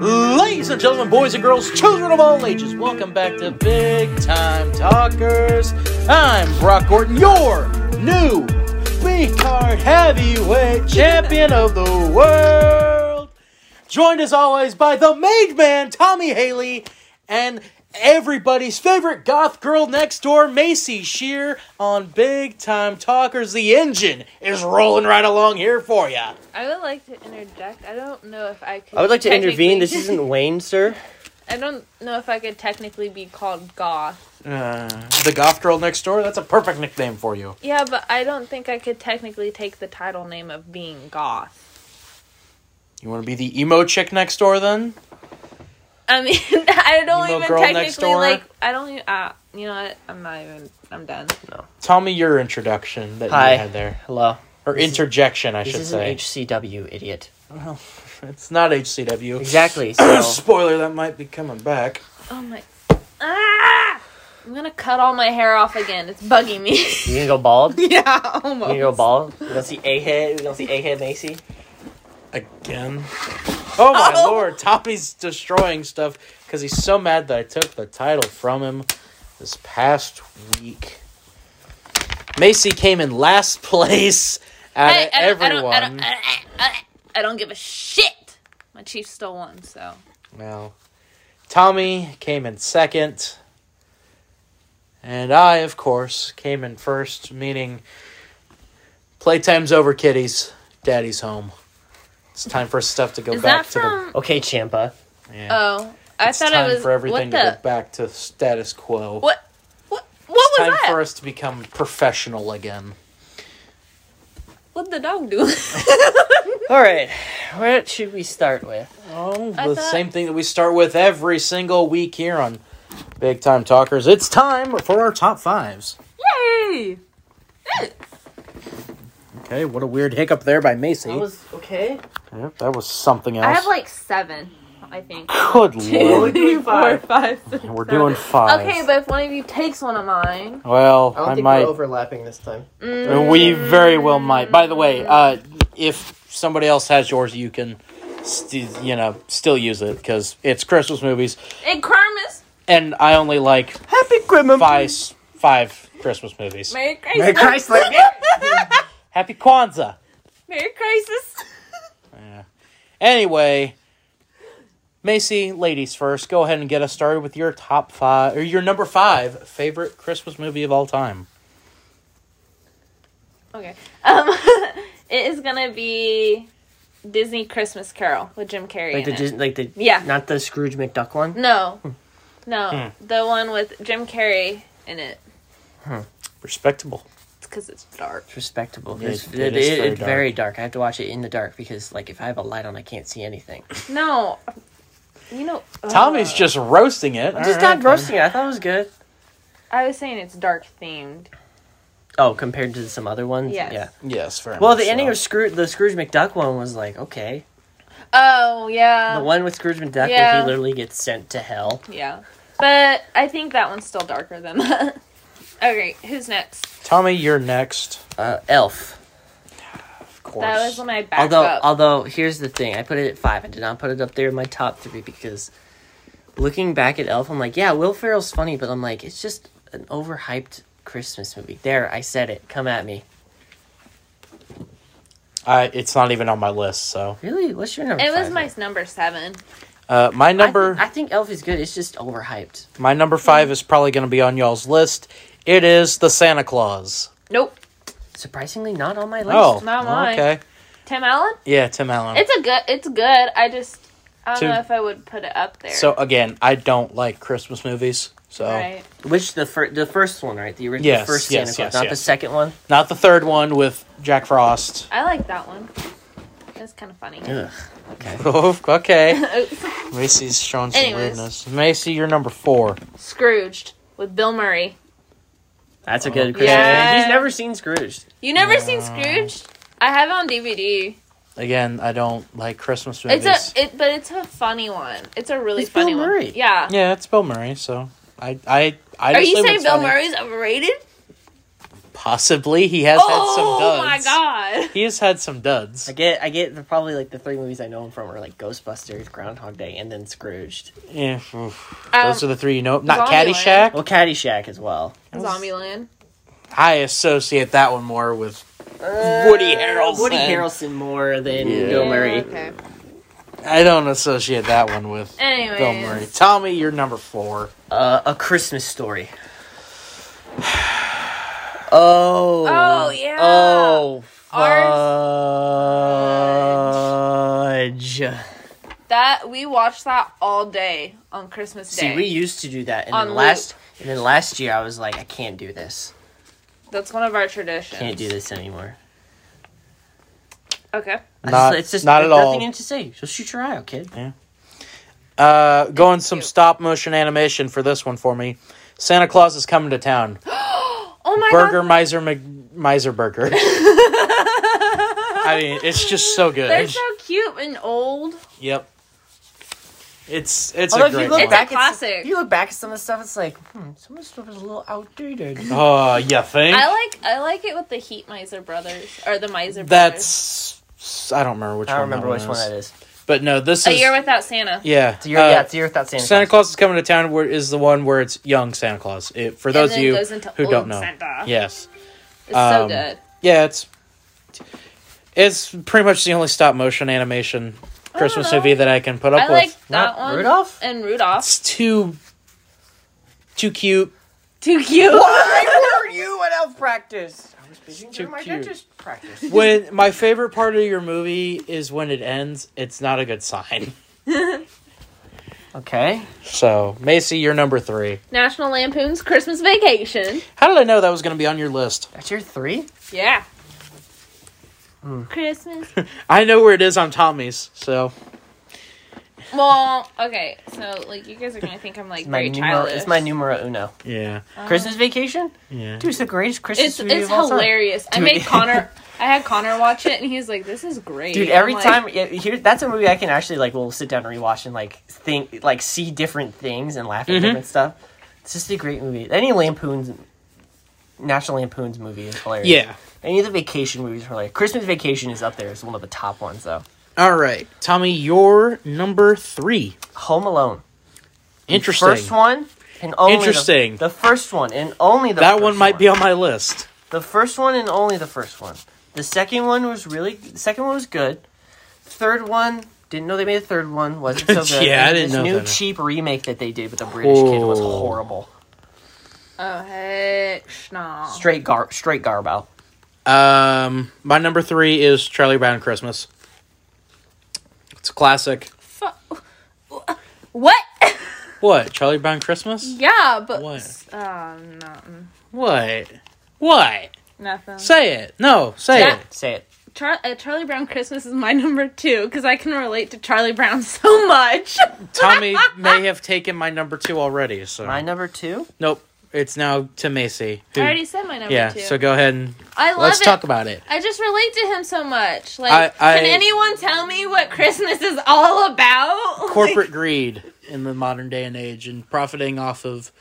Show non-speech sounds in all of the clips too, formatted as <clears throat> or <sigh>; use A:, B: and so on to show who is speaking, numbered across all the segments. A: Ladies and gentlemen, boys and girls, children of all ages, welcome back to Big Time Talkers. I'm Brock Gordon, your new big card heavyweight champion of the world. Joined as always by the made man, Tommy Haley, and everybody's favorite goth girl next door, Macy Shear, on Big Time Talkers. The engine is rolling right along here for ya.
B: I would like to interject. I don't know if I could.
C: I would like to intervene. This
B: technically-
C: isn't Wayne, sir.
B: <laughs> I don't know if I could technically be called goth.
A: Uh, the goth girl next door. That's a perfect nickname for you.
B: Yeah, but I don't think I could technically take the title name of being goth.
A: You want to be the emo chick next door then?
B: I mean, <laughs> I don't
A: Emo
B: even
A: girl next
B: technically
A: door?
B: like. I don't. e- Uh, you know what? I'm not even. I'm done.
A: Tell me your introduction that
C: Hi.
A: you had there,
C: Hello.
A: or
C: This is-
A: interjection, I
C: This
A: should
C: isn't
A: say.
C: HCW,
A: <laughs>
C: idiot.
A: it's not HCW.
C: Exactly.
A: <clears throat>
C: So
A: Spoiler: that might be coming back.
B: Oh my. Ah! I'm gonna cut all my hair off again. It's bugging me. <laughs>
C: you gonna go bald? You
B: yeah, almost.
C: gonna go bald? You gonna see a head? You gonna see a head, Macy?
A: Again. Oh my
B: Oh.
A: lord! Tommy's destroying stuff because he's so mad that I took the title from him this past week. Macy came in last <laughs> place out
B: I,
A: of
B: I don't, I
A: everyone.
B: don't, I, don't, I, don't, I don't- I don't give a shit. My Chiefs still won, so.
A: Well, Tommy came in second, and I, of course, came in first, meaning playtime's over, kiddies. Daddy's home. It's time for stuff to go
B: Is
A: back
B: that
A: to the.
B: from?
C: Okay, Champa.
A: Yeah.
B: Oh, I
A: it's
B: thought
A: time
B: it was.
A: for everything
B: what
A: to
B: the?
A: go back to status quo.
B: What? What? What
A: it's
B: was
A: time
B: that?
A: for us to become professional again.
B: What the
A: <laughs>
B: dog do?
C: All right. What should we start with?
A: Oh,
B: I
A: the
B: thought-
A: same thing that we start with every single week here on Big Time Talkers. It's time for our top fives.
B: Yay!
A: Okay, what a weird hiccup there by Macy.
C: okay.
A: Yep, that was something else.
B: I have like seven, I think.
A: Good
B: Two, <laughs>
A: lord.
B: three, four,
C: Five.
B: five, six,
A: And We're
B: seven.
A: doing five.
B: Okay, but if one of you takes one of mine,
A: well, I, might.
C: overlapping this time.
B: mm,
A: We very well might. By the way, uh, if somebody else has yours, you can, st- you know, still use it because it's Christmas movies,
B: and Christmas,
A: and I only like
C: Happy
A: <laughs>
C: Christmas.
A: five five Christmas movies.
B: Merry Christmas,
C: Merry Chrysler.
A: Happy Kwanzaa.
B: <laughs> Merry Christmas.
A: Anyway, Macy, ladies first. Go ahead and get us started with your top five or your number five favorite Christmas movie of all time.
B: Okay, um, <laughs> it is gonna be Disney Christmas Carol with Jim Carrey.
C: Like the
B: in it.
C: Dis- like the
B: Yeah.
C: not the Scrooge McDuck one.
B: No,
A: Hmm.
B: no, the one with Jim Carrey in it.
A: Respectable.
B: It's because it's dark.
C: It's respectable.
A: It-
C: It's,
A: it
C: it,
A: is
C: it-
A: very
C: it's
A: dark.
C: very dark. I have to watch it in the dark because like if I have a light on, I can't see anything.
B: No, you know uh,
A: Tommy's
B: ugh.
A: just roasting it.
C: I'm just
A: All right,
C: not roasting it. I thought it was good.
B: I was saying it's dark themed.
C: Oh, compared to some other ones.
B: Yes.
C: Yeah.
A: then. Yes, very
C: Well,
A: much
C: the ending
A: so.
C: of Scrooge, the Scrooge McDuck one was like okay.
B: Oh yeah,
C: The one with Scrooge McDuck where
B: yeah.
C: he literally gets sent to hell.
B: yeah. But I think that one's still darker than <laughs> that. okay, who's next?
A: Tommy, you're next.
C: Uh, Elf.
A: Of course.
B: That was when I backed
C: Although,
B: up.
C: although here's the thing, I put it at five. I did not put it up there in my top three because looking back at Elf, I'm like, yeah, Will Ferrell's funny, but I'm like, it's just an overhyped Christmas movie. There, I said it. Come at me.
A: I, it's not even on my list. So
C: Really? What's your number?
B: it was
C: five
B: my
C: then?
B: number seven.
A: uh, my
C: I thi-
A: number,
C: I, think Elf is good. It's just overhyped.
A: my number five is probably going to be on y'all's list. It is the Santa Claus.
B: Nope,
C: Surprisingly, not on my list.
A: Oh,
B: not mine.
A: okay.
B: Tim Allen.
A: Yeah, Tim Allen.
B: It's a good. It's good. I just I don't
A: Two.
B: know if I would put it up there.
A: so again, I don't like Christmas movies. So
B: right.
C: Which the fir- the first one, right? The original
A: Yes,
C: first
A: yes,
C: Santa Claus,
A: yes,
C: not the
A: yes.
C: second one.
A: not the third one with Jack Frost. <laughs>
B: I like that one. It's kind of funny.
C: Ugh. Okay.
A: Oh,
B: <laughs>
A: okay.
B: Oops.
A: Macy's showing some
B: Anyways.
A: weirdness. Macy, you're number four.
B: Scrooged with Bill Murray.
C: That's a good
A: Okay.
C: Christmas.
B: Yeah.
C: He's never seen Scrooge.
B: You never seen Scrooge? I have it on DVD.
A: Again, I don't like Christmas movies.
B: It's a it, but it's a funny one. It's a really
C: It's Bill
B: funny one.
C: Murray.
B: Yeah.
A: yeah, it's Bill Murray. So I, I, I.
B: Are
A: just
B: you
A: think
B: saying
A: it's
B: Bill
A: funny.
B: Murray's overrated?
A: Possibly, he has
B: oh
A: had
B: my
A: some duds.
B: god.
A: He has had some duds.
C: I get, I get the, probably like the three movies I know him from are like Ghostbusters, Groundhog Day, and then Scrooged.
A: Yeah, oof.
B: Um,
A: those are the three you know. Not
B: Zombieland.
A: Caddyshack.
C: Well, Caddyshack as well.
B: Zombieland.
A: I associate that one more with
B: Uh,
A: Woody Harrelson.
C: Woody Harrelson more than
A: Yeah.
C: Bill Murray.
B: Okay.
A: I don't associate that one with Bill
B: Anyways.
A: Murray. Tommy, you're number four.
C: Uh, a Christmas Story. <sighs> Oh.
B: Oh, yeah.
C: Oh.
B: Ours-
A: Uh,
C: Fudge.
B: That we watched that all day on Christmas Day.
C: See, we used to do that, and
B: On
C: then last, and then last year I was like, I can't do this.
B: That's one of our traditions.
C: Can't do this anymore.
B: Okay.
C: I
A: Not-
C: just, it's just
A: not
C: there's
A: at all.
C: Nothing to say. Just shoot your eye out, kid.
A: Uh, going some
B: Cute.
A: stop motion animation for this one for me. Santa Claus is coming to town.
B: Oh my
A: Burger
B: god.
A: Miser Mc- Miser
B: <laughs>
A: Burger. I mean, it's just so good.
B: They're so cute and old.
A: yep. It's it's
C: Although
A: a great
C: if you look
A: one.
C: back
B: It's a
C: at some,
B: classic.
C: if you look back at some of the stuff, it's like hmm, some of the stuff is a little outdated.
A: Oh, you think?
B: I like I like it with the Heat Miser Brothers or the Miser Brothers.
A: That's I don't remember which
C: I
A: one.
C: don't remember
A: that
C: which one
A: is.
C: that is.
A: But no, this
B: A
A: is
B: Year Without Santa.
A: yeah.
C: It's a year,
A: uh,
C: yeah, it's a year without Santa.
A: Santa
C: Claus.
A: Claus is coming to town. Where is the one where it's young Santa Claus? It, for those
B: and
A: of
B: then
A: you
B: it goes into
A: who
B: old
A: don't know,
B: Santa.
A: yes,
B: It's
A: Um,
B: so good.
A: yeah, it's it's pretty much the only stop motion animation Christmas
B: know.
A: movie that I can put up
B: I
A: with.
B: like that
C: Not
B: one.
C: Rudolph?
B: And Rudolph.
A: It's too too cute.
B: <laughs> Too cute.
C: Why were you at elf practice? I was busy
A: Too
C: doing my
A: cute.
C: dentist practice.
A: When my favorite part of your movie is when it ends. It's not a good sign. <laughs>
C: Okay.
A: So Macy, you're number three.
B: National Lampoon's Christmas Vacation.
A: How did I know that was going to be on your list?
C: That's your three?
B: Yeah.
C: Hmm. <laughs>
B: Christmas.
A: I know where it is on Tommy's. So
B: Well, okay, so like you guys are gonna think I'm like
C: It's my,
B: very
C: numero,
B: childish.
C: it's my numero uno.
A: yeah,
B: Um,
C: Christmas Vacation?
A: yeah.
C: Dude, it's the greatest Christmas
B: It's
C: movie
B: it's
C: of all time.
B: hilarious. I
C: Dude.
B: made
C: <laughs>
B: Connor. I had Connor watch it, and he was like, "This is great."
C: Dude, every
B: I'm like,
C: time yeah, here, that's a movie I can actually like. We'll sit down and rewatch and like think, like see different things and laugh at
A: Mhm.
C: different stuff. It's just a great movie. Any Lampoon's, National Lampoon's movie is hilarious.
A: Yeah.
C: Any of the vacation movies are like Christmas Vacation is up there. It's one of the top ones though.
A: All right, Tommy, you're number three.
C: Home Alone. The
A: Interesting.
C: First one and only the-
A: Interesting.
C: The, first one and only the
A: that
C: first
A: one might be on my list.
C: The first one and only the first one. The second one was really the second one was good. Third one didn't know they made a third one. Wasn't
A: <laughs>
C: so good.
A: Yeah, I didn't
C: this
A: know
C: new
A: that.
C: cheap remake that they did with the British kid was
A: Ooh.
C: horrible.
B: Oh heck, no.
C: Straight gar straight garbo.
A: Um, my number three is Charlie Brown Christmas. It's a classic.
B: Fu- <laughs> What?
A: What Charlie Brown Christmas?
B: yeah, but
A: What?
B: Um, nothing.
A: What? What?
B: Nothing.
A: Say it. No, say
B: Yeah.
A: it.
C: Say it.
B: Char- uh, Charlie Brown Christmas is my <laughs> number two because I can relate to Charlie Brown <laughs> so much. <laughs>
A: Tommy may have taken my number two already. So
C: My number two.
A: nope, it's now to Macy.
B: I
A: who-
B: already said my number
A: yeah.
B: two.
A: So go ahead and
B: I love
A: let's
B: it.
A: talk about it.
B: I just relate to him so much. Like,
A: I-
B: can
A: I-
B: anyone tell me what Christmas is all about? Like-
A: Corporate greed in the modern day and age, and profiting off of.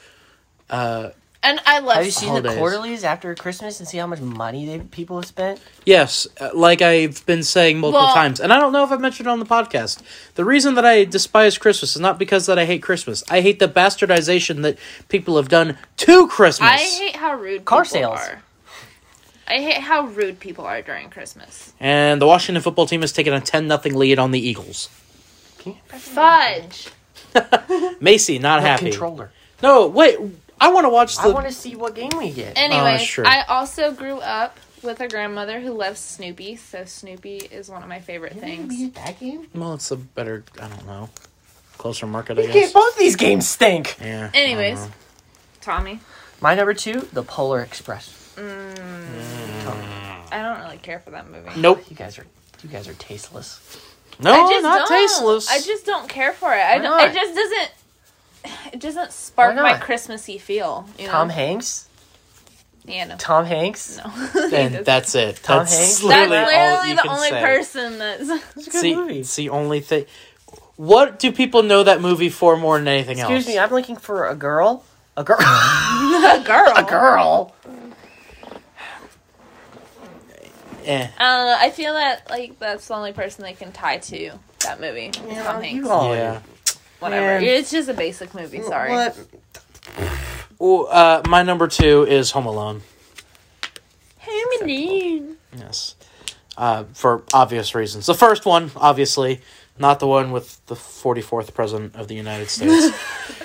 A: Uh,
B: <laughs> and I love.
C: Have you seen
A: Holidays.
C: the quarterlies after Christmas and see how much money they people have spent?
A: Yes, uh, like I've been saying multiple
B: Well-
A: times, and I don't know if I've mentioned it on the podcast. The reason that I despise Christmas is not because that I hate Christmas. I hate the bastardization that people have done to Christmas.
B: I hate how rude
C: Car
B: people
C: sales.
B: are. I hate how rude people are during Christmas.
A: and the Washington football team has taken a ten nothing lead on the Eagles.
B: Fudge.
A: Macy not
C: The
A: happy.
C: controller.
A: No, wait. I want to watch
C: I
A: the.
C: want to see what game we get.
B: Anyway,
A: Oh, sure.
B: I also grew up with a grandmother who loves Snoopy, so Snoopy is one of my favorite
C: Didn't
B: things.
C: we get that game.
A: well, it's a better. I don't know. Closer market, I
C: We get-
A: guess.
C: Both these games stink.
A: Yeah. I
B: Anyways,
A: don't know.
B: Tommy,
C: My number two, The Polar Express.
B: I don't really care for that movie.
A: Nope.
C: You guys are you guys are tasteless.
A: No,
B: I just
A: not
B: don't.
A: tasteless.
B: I just don't care for it. I
C: Why
B: don't, it
C: not?
B: just doesn't. It doesn't spark
C: Why
B: my
C: not?
B: Christmassy feel. You know?
C: Tom Hanks.
B: Yeah, no.
C: Tom Hanks.
B: <laughs> No. <laughs>
A: And that's it.
C: Tom
A: that's
C: Hanks? That's
A: literally,
B: That's
A: all
B: literally
A: you
B: the
A: can
B: only
A: say. <laughs>
B: person that's.
C: It's a good
A: See,
C: movie.
A: it's the only thing. What do people know that movie for more than anything else?
C: Excuse me,
A: <laughs>
B: <laughs>
C: I'm looking for a girl. A girl.
B: a girl.
C: a girl.
A: Eh.
B: I don't know. Uh, I feel that like that's the only person they can tie to that movie. is Tom Hanks.
C: you all
A: Yeah.
B: Whatever.
C: Man.
B: It's just a basic movie. Sorry.
C: What?
A: Well, uh, my number two is Home Alone.
B: Home Alone.
A: Yes. Uh, for obvious reasons. The first one, obviously, not the one with the 44th President of the United States.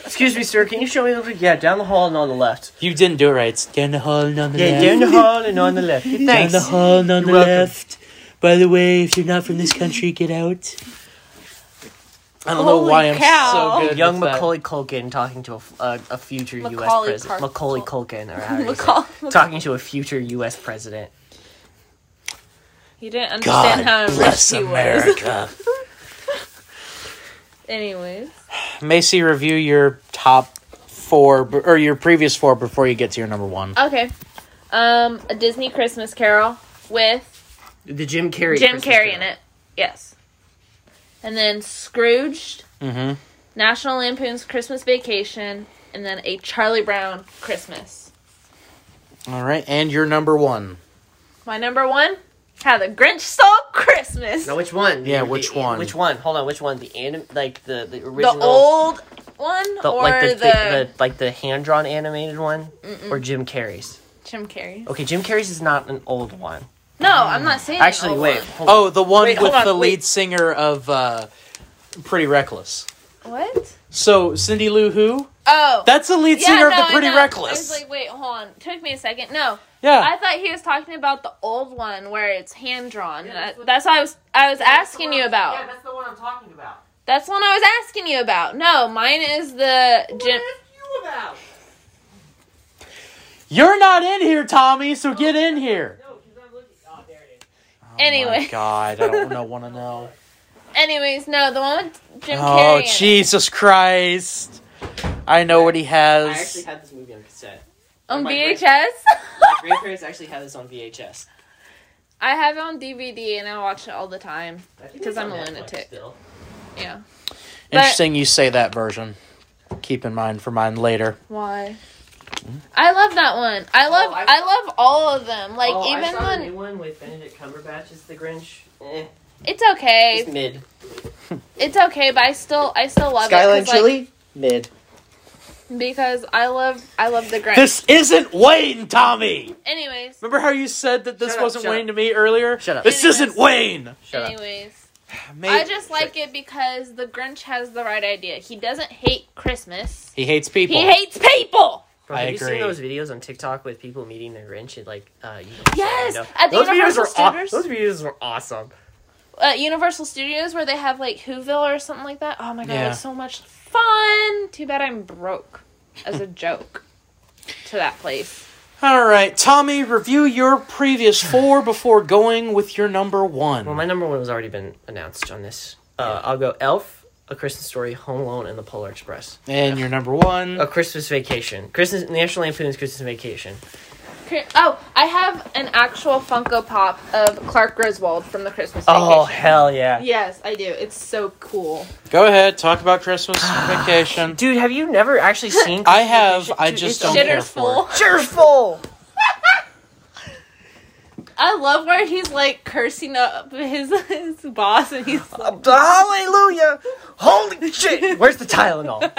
C: Excuse me, sir. Can you show me the? Yeah, down the hall and on the left.
A: you didn't do it right. It's down the hall and on the
C: Yeah,
A: left.
C: down
A: <laughs>
C: the hall and on the left. Thanks.
A: Down the hall and on the
C: You're welcome.
A: left. By the way, if you're not from this country, get out. I don't know
B: Holy
A: why I'm
B: cow.
A: so good.
C: Young
A: with that.
C: Macaulay Culkin talking to a, f- a- a future U.S.
B: Macaulay
C: president.
B: Car-
C: Macaulay Culkin, or how do you
B: <laughs>
C: say
B: McCall.
C: it? talking to a future U.S.
B: <laughs>
C: president.
B: He didn't understand how
A: God bless
B: impressed he was.
A: America.
B: <laughs> Anyways.
A: Macy, review your top four b- or your previous four before you get to your number one.
B: Okay. Um, a Disney Christmas Carol with
C: The Jim Carrey.
B: Jim
C: Christmas
B: Carrey in
C: Carol.
B: it. Yes. And then Scrooged,
A: Mm-hmm.
B: National Lampoon's Christmas Vacation, and then a Charlie Brown Christmas.
A: All right, and your number one.
B: My number one, How the Grinch Stole Christmas.
C: Now, which one?
A: Yeah,
C: The-
A: which
C: the-
A: one?
C: Which one? Hold on, which one? The anim, like the the
B: the
C: original.
B: old one
C: the-
B: or
C: like the,
B: the,
C: the, the- like the hand drawn animated one, or Jim Carrey's.
B: Jim Carrey?
C: Okay, Jim Carrey's is not an old one.
B: No, I'm not saying.
C: Actually,
B: old
C: wait.
B: one.
C: hold on.
A: Oh, the one
C: Wait, hold
A: with
C: on,
A: the
C: wait.
A: lead singer of uh, Pretty Reckless.
B: What?
A: So Cindy Lou Who?
B: Oh.
A: That's the lead
B: Yeah,
A: singer of
B: no,
A: the
B: I
A: Pretty
B: know. I was
A: Reckless.
B: like, wait, hold on. Took me a second. No, I
A: yeah.
B: thought he was talking about the old one where it's hand drawn. that's, what I was I was asking you about.
C: that's the one I'm talking about.
B: that's the one I was asking you about. No, mine is the Jim.
C: you about?
A: You're not in here, Tommy. So get in here.
C: No, because I'm looking. Oh, there it is.
A: Oh
B: Anyway.
A: my God, I
B: <laughs>
A: don't know. Want to know?
B: Anyways, no, the one with Jim Carrey.
A: Oh
B: in it.
A: Jesus Christ! I know what he
C: I
A: has.
C: actually had this movie on
B: <laughs>
C: cassette.
B: On
C: My <laughs>
B: VHS.
C: My grandparents actually had this on VHS.
B: <laughs> I have it on DVD and I watch it all the time.
C: I think
B: 'Cause
C: it's
B: I'm
C: on
B: a
C: Netflix
B: lunatic.
C: Still.
B: Yeah.
A: Interesting, you say that version. Keep in mind for mine later.
B: Why? I love that one. I love
C: Oh, I-
B: I, love all of them. Like
C: oh, I
B: even
C: saw the
B: when
C: new one with Benedict Cumberbatch as the Grinch. Eh,
B: it's okay.
C: it's mid.
B: It's okay, but I still I still love it 'cause, like,
C: mid.
B: because I love I love the Grinch.
A: This isn't Wayne, Tommy.
B: anyways,
A: Remember how you said that this
C: Shut up,
A: wasn't
C: shut
A: Wayne
C: up.
A: to me earlier?
C: Shut up.
A: This isn't Wayne.
C: Shut up.
B: anyways,
A: Mate,
B: I just like it because the Grinch has the right idea. He doesn't hate Christmas.
A: he hates people.
B: He hates people.
C: Bro,
A: I
C: have you
A: agree.
C: seen those videos on TikTok with people meeting their Grinch at like uh, you know,
B: Yes,
C: you know?
B: at the
C: those videos
B: Universal
C: were aw-
B: Studios.
C: those videos were awesome.
B: Uh, Universal Studios where they have like Whoville or something like that. Oh my god,
A: Yeah.
B: it's so much fun. Too bad I'm broke as a joke to that place.
A: All right, Tommy, review your previous four before going with your number one.
C: Well, my number one has already been announced on this. Uh, I'll go Elf, A Christmas Story, Home Alone, and The Polar Express.
A: and your number one.
C: A Christmas Vacation, Christmas National Lampoon's Christmas Vacation.
B: Cri- Oh, I have an actual Funko Pop of Clark Griswold from the Christmas
C: Oh
B: Vacation.
C: hell yeah,
B: Yes, I do. It's so cool.
A: Go ahead, talk about
C: <sighs>
A: Christmas vacation.
C: dude! Have you never <laughs> actually seen?
A: I have. I
C: Dude,
A: just
C: it's
A: don't care
B: Shitter's
A: for.
B: full.
A: it.
C: cheerful.
B: I love where he's like cursing up his <laughs> his boss, and
C: <laughs>
B: he's like,
C: Hallelujah! Holy shit! Where's the Tylenol?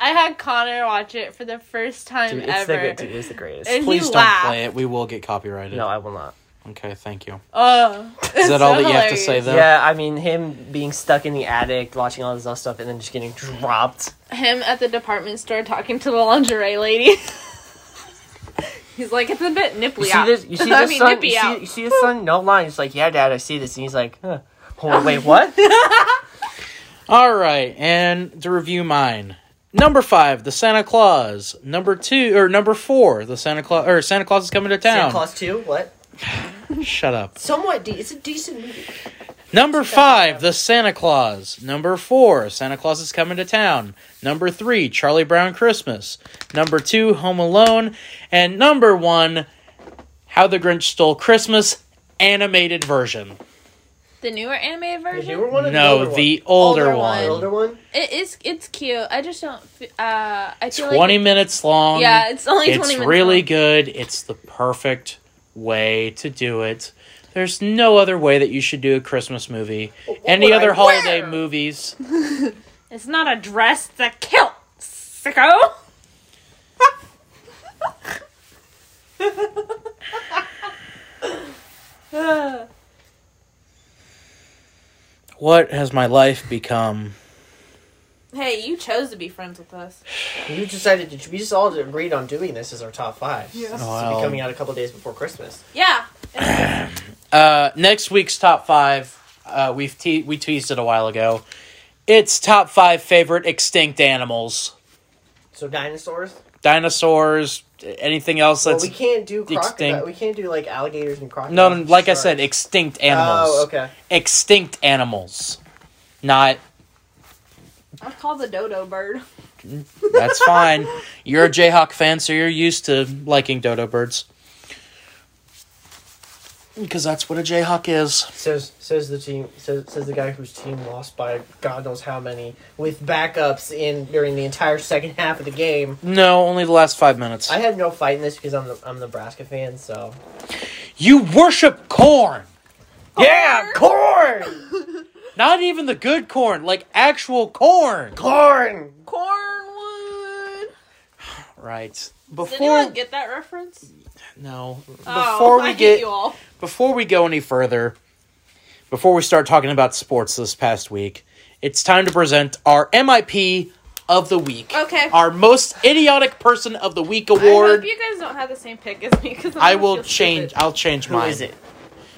B: I had Connor watch it for the first time
C: Dude, it's the
B: ever.
C: good. Dude, it's the greatest.
B: And-
A: Please
B: You
A: don't
B: laugh.
A: play it. We will get copyrighted.
C: No, I will not.
A: Okay, thank <laughs> you.
B: oh,
A: Is that all that you have to say, though?
C: Yeah, I mean him being stuck in the attic, watching all this other stuff, and then just getting dropped.
B: Him at the department store talking to the lingerie lady. <laughs> he's like, it's a bit nipply
C: You see
B: out.
C: this? You
B: <laughs>
C: see
B: I
C: this
B: mean,
C: son?
B: nippy
C: You see,
B: out.
C: you see his son? No line. He's like, yeah, dad, I see this, and he's like, huh. oh,
A: <laughs>
C: wait, what?
A: All right, and to review mine. Number five, the Santa Claus. Number two or number four, the Santa Claus or Santa Claus is coming to town.
C: Two? What?
A: <laughs> Shut up.
C: Somewhat. De- it's a decent movie.
A: Number five, the Santa Claus. Number four, Santa Claus is coming to town. Number three, Charlie Brown Christmas. Number two, Home Alone, and number one, How the Grinch Stole Christmas animated version.
B: the newer animated version.
A: No, the older, one.
B: Older one.
C: older one.
B: It is. It's cute. I just don't. f- Uh, I feel
A: Twenty
B: like
A: minutes long.
B: yeah, it's only
A: it's
B: twenty minutes.
A: really
B: long.
A: good. It's the perfect way to do it. There's no other way that you should do a Christmas movie. Any other holiday movies.
B: It's not a dress, it's a kilt, sicko.
A: What has my life become?
B: Hey, you chose to be friends with us.
C: You decided to. We just all agreed on doing this as our top five.
D: Yeah.
C: This is
A: Wow.
C: be coming out a couple days before Christmas.
B: Yeah.
A: Uh, next week's top five, uh, we've te- we teased it a while ago. It's top five favorite extinct animals,
C: So dinosaurs.
A: dinosaurs, anything else
C: Well,
A: that's
C: we can't do crocodile.
A: extinct.
C: We can't do like alligators and crocodiles.
A: no, no,
C: and
A: like I
C: sharks.
A: said, extinct animals,
C: Oh, okay.
A: extinct animals. Not
B: I called the dodo bird.
A: that's fine. You're a Jayhawk fan, so you're used to liking dodo birds. Because that's what a Jayhawk is.
C: Says says the team says, says the guy whose team lost by God knows how many with backups in during the entire second half of the game.
A: No, only the last five minutes.
C: I had no fight in this because I'm the, I'm a Nebraska fan, so
A: You worship corn. Yeah,
C: corn,
A: Not even the good corn, like actual corn.
C: corn.
B: Cornwood.
A: Right.
B: Did
A: Before
B: anyone get that reference?
A: no,
B: oh,
A: before
B: I
A: we
B: hate
A: get
B: you all.
A: before we go any further, before we start talking about sports this past week, it's time to present our MIP of the week.
B: Okay.
A: Our most idiotic person of the week
B: I
A: award.
B: hope you guys don't have the same pick as me because
A: I will change. I'll change
C: Who
A: mine.
C: is it?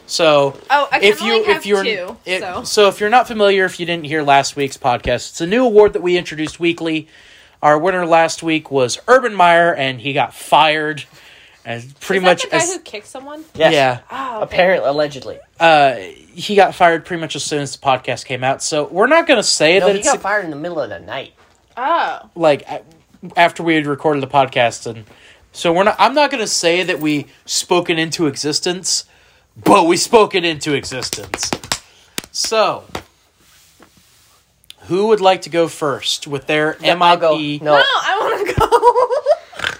A: So
B: Oh, I
A: if you
B: have
A: if you're
B: two.
A: it-
B: so.
A: if you're not familiar, if you didn't hear last week's podcast, it's a new award that we introduced weekly. Our winner last week was Urban Meyer, and he got fired. And pretty
B: Is that
A: much,
B: the guy
A: as-
B: who kicked someone.
C: Yes.
A: yeah,
B: Oh, okay.
C: Apparently, allegedly.
A: uh, he got fired pretty much as soon as the podcast came out. So we're not going to say
C: No,
A: that
C: he
A: it's
C: got fired in the middle of the night.
B: Oh,
A: like a- after we had recorded the podcast, and so we're not. I'm not going to say that we spoke it into existence, but we spoke it into existence. So, who would like to go first with their
C: I'll go.
A: MIP?
C: No,
A: <laughs>
B: no, I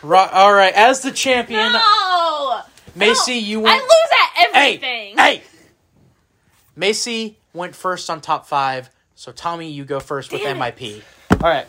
A: Ro- all right, as the
B: want
A: champion,
B: to go. no,
A: Macy,
B: No,
A: you
B: I
A: went.
B: lose at
A: hey,
B: everything.
A: hey, Macy went first on top five. So Tommy, you go first with
B: Damn it.
A: MIP.
C: All right.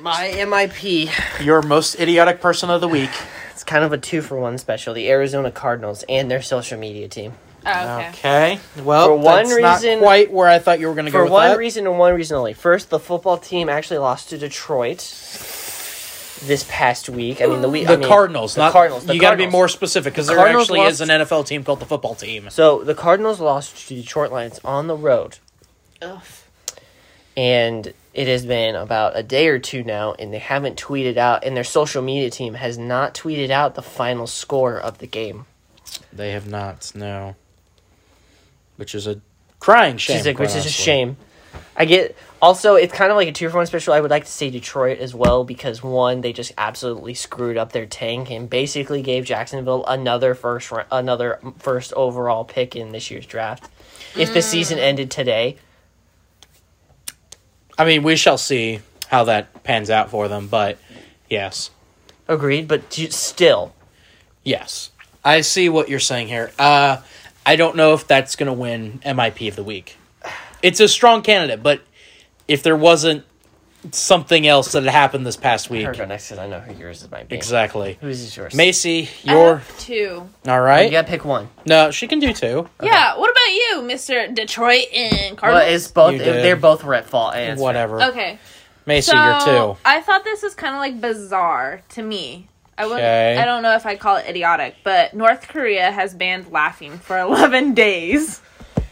C: My MIP.
A: Your most idiotic person of the week.
C: It's kind of a two for one special. The Arizona Cardinals and their social media team.
B: Oh, okay.
A: Okay. Well,
C: For one
A: that's not
C: reason-
A: quite where I thought you were going to go
C: For
A: with
C: one
A: that.
C: reason and one reason only. First, the football team actually lost to Detroit this past week. I mean, the week.
A: the
C: I mean,
A: Cardinals,
C: the
A: not
C: Cardinals. The
A: you got to be
C: Cardinals.
A: more specific because there
C: Cardinals
A: actually is an
C: lost-
A: NFL team called the football team.
C: So the Cardinals lost to Detroit Lions on the road,
B: Ugh.
C: and it has been about a day or two now, and they haven't tweeted out, and their social media team has not tweeted out the final score of the game.
A: They have not, no. Which is a crying shame.
C: Which is, a, which is
A: honestly.
C: a shame. I get. Also, it's kind of like a two for one special. I would like to say Detroit as well because one, they just absolutely screwed up their tank and basically gave Jacksonville another first rou- another first overall pick in this year's draft. If the season ended today,
A: I mean, we shall see how that pans out for them, but yes,
C: agreed. But t- still,
A: yes, I see what you're saying here. Uh, I don't know if that's going to win MIP of the week. It's a strong candidate, but if there wasn't something else that had happened this past week,
C: here we go next because I know who yours is might be.
A: exactly.
C: Who's is yours?
A: Macy,
B: I
A: you're
B: have two.
A: all
C: You
A: right.
C: gotta pick one.
A: No, she can do two.
B: Yeah. What about you, Mister Detroit and
C: Well,
B: Cardinals?
C: it's both.
A: You did.
C: They're both were at fault. And it's fair.
A: Whatever.
B: okay.
A: Macy,
B: So
A: you're two.
B: I thought this was kind of like bizarre to me. I would.
A: Okay.
B: not I don't know if I call it idiotic, but North Korea has banned laughing for <laughs> eleven days.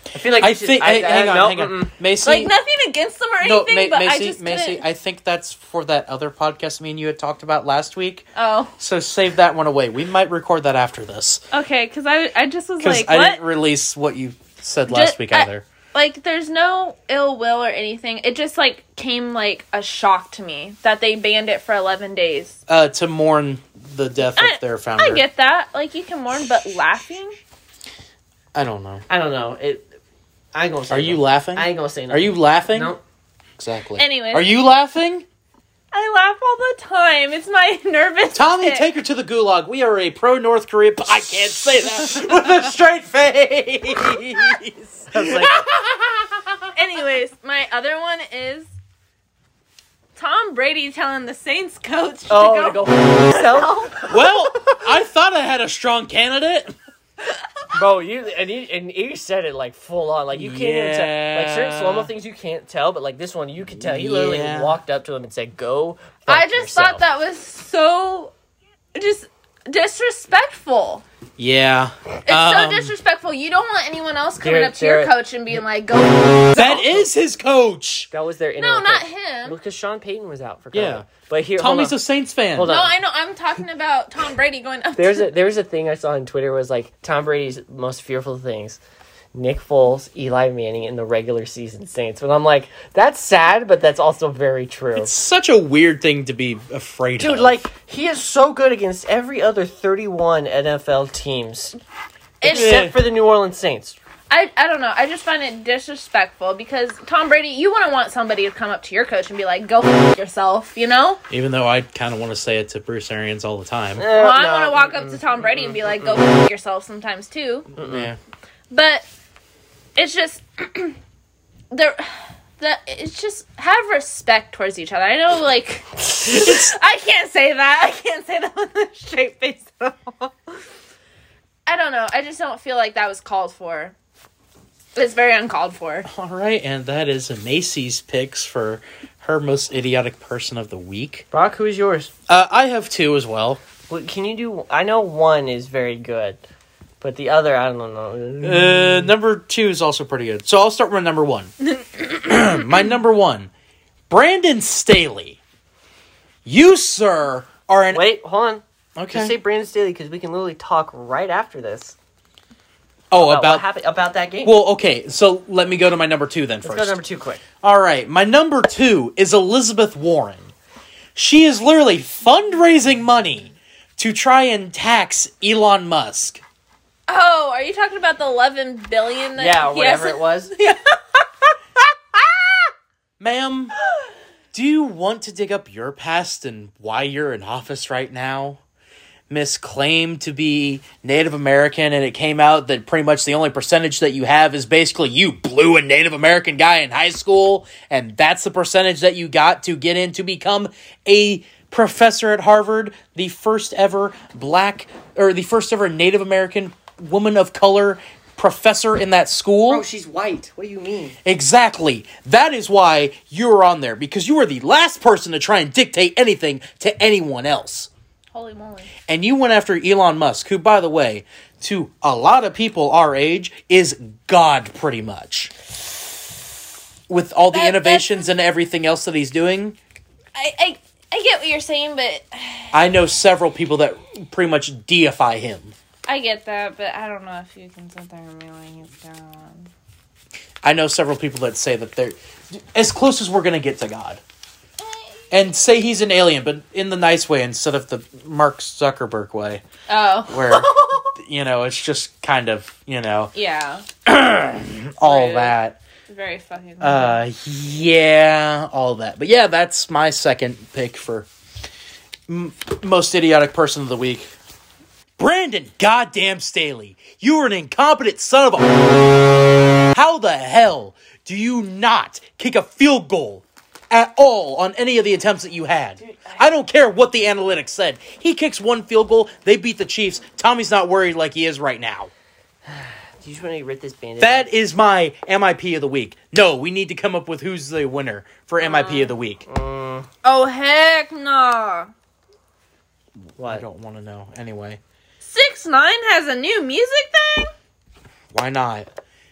C: I mm, feel like
A: I
C: you should-
A: think. I, mm. hang on,
C: no,
A: hang on.
C: mm-mm.
A: Macy.
B: Like nothing against them or
A: no,
B: anything,
A: Ma-
B: but
A: Macy.
B: I just
A: Macy.
B: couldn't-
A: I think that's for that other podcast me and you had talked about last week.
B: oh,
A: So save that one away. We might record that after this
B: okay. Because I, I just was
A: because
B: like,
A: I
B: what?
A: didn't release what you said last
B: Ju-
A: week
B: I-
A: either.
B: like there's no ill will or anything. It just like came like a shock to me that they banned it for 11 days.
A: uh, to mourn the death
B: I-
A: of their founder.
B: I get that. Like you can mourn but laughing?
A: I don't know.
C: I don't know. It. I ain't gonna say.
A: Are you
C: nothing.
A: laughing?
C: I ain't gonna say.
A: Are you laughing?
C: Nope.
A: Exactly.
B: Anyways.
A: Are you laughing?
B: I laugh all the time. It's my <laughs> nervous.
A: Tommy,
B: tic.
A: take her to the gulag. We are a pro North
C: <laughs>
A: Korea. I can't say that with a straight face. <laughs>
C: I was like,
B: Anyways, my other one is Tom Brady telling the Saints coach
A: Oh,
B: to go.
C: so
A: well, I thought I had a strong candidate.
C: bro, you and you and you said it like full on, like you can't even tell. Like certain
A: Yeah.
C: slow mo things you can't tell, but like this one you could tell. He
A: Yeah.
C: literally walked up to him and said, "Go." fuck
B: I just
C: yourself."
B: thought that was so just disrespectful.
A: Yeah,
B: It's
A: Um,
B: so disrespectful. You don't want anyone else coming
C: Jared-
B: up to your
C: Jared-
B: coach and being like, "Go."
A: that is his coach.
C: that was their
B: No,
C: interim
B: not
C: coach.
B: him.
C: because Sean Payton was out for
A: Yeah.
C: COVID. But here, hold
A: Tommy's
C: on.
A: a Saints fan.
C: Hold
B: No,
C: on.
B: I know. I'm talking about Tom Brady going up.
C: there's
B: to,
C: a there's a thing I saw on Twitter was like Tom Brady's most fearful things. Nick Foles, Eli Manning in the regular season Saints. But I'm like, that's sad, but that's also very true.
A: It's such a weird thing to be afraid of.
C: Dude, like he is so good against every other 31 NFL teams
B: It's,
A: Yeah.
C: except for the New Orleans Saints.
B: I I don't know. I just find it disrespectful because Tom Brady, you wouldn't want somebody to come up to your coach and be like, "Go f- yourself," you know.
A: even though I kind of want to say it to Bruce Arians all the time.
C: Eh,
B: Well, I
C: no, Mm-hmm.
B: want to walk up to Tom Brady and be like, "Go f- yourself" sometimes too.
C: Eh.
A: Yeah.
B: But it's just <clears throat> the the it's just have respect towards each other. I know, like I can't say that. I can't say that with a straight face at all. I don't know. I just don't feel like that was called for. It's very uncalled for.
A: All right, and that is Macy's picks for her most idiotic person of the week.
C: Brock, who is yours?
A: Uh, I have two as well.
C: What, can you do? I know one is very good, but the other, I don't know.
A: Uh, number two is also pretty good. So I'll start with number
C: <coughs>
A: one. My number one, Brandon Staley. You, sir, are an.
C: Wait, hold on. Just say
A: okay.
C: Brandon Staley because we can literally talk right after this
A: Oh,
C: about what
A: about.
C: happened about that game.
A: Well, okay, so let me go to my number two then
C: Let's
A: first.
C: go to number two quick.
A: All right, my number two is Elizabeth Warren. She is literally fundraising money to try and tax Elon Musk.
B: Oh, are you talking about the eleven billion? That
C: Yeah,
B: he
C: whatever
B: has-
A: <laughs>
C: it was.
A: Ma'am, do you want to dig up your past and why you're in office right now? Miss claimed to be Native American, and it came out that pretty much the only percentage that you have is basically you blew a Native American guy in high school, and that's the percentage that you got to get in to become a professor at Harvard, the first ever black or the first ever Native American woman of color professor in that school.
C: Bro, Oh, she's white. What do you mean?
A: Exactly. That is why you were on there because you were the last person to try and dictate anything to anyone else.
B: Holy moly!
A: And you went after Elon Musk, who, by the way, to a lot of people our age, is God pretty much. With all the
B: That- that's-
A: innovations and everything else that he's doing,
B: I, I I get what you're saying, but
A: I know several people that pretty much deify him.
B: I get that, but I don't know if you can sit there and be like, "It's gone."
A: I know several people that say that they're as close as we're going to get to God. And say he's an alien, but in the nice way instead of the Mark Zuckerberg way.
B: Oh,
A: where you know it's just kind of you know
B: yeah,
A: all
B: Rude.
A: that
B: very fucking.
A: uh yeah all that but yeah that's my second pick for m- most idiotic person of the week brandon goddamn staley you were an incompetent son of a <laughs> how the hell do you not kick a field goal at all on any of the attempts that you had. I don't care what the analytics said. He kicks one field goal, they beat the Chiefs. Tommy's not worried like he is right now.
C: Do you just want to rip this bandit?
A: That is my MIP of the week. No, we need to come up with who's the winner for MIP of the week.
B: oh heck no!
A: I
C: What?
A: don't want to know. Anyway,
B: Six nine has a new music thing.
A: why not?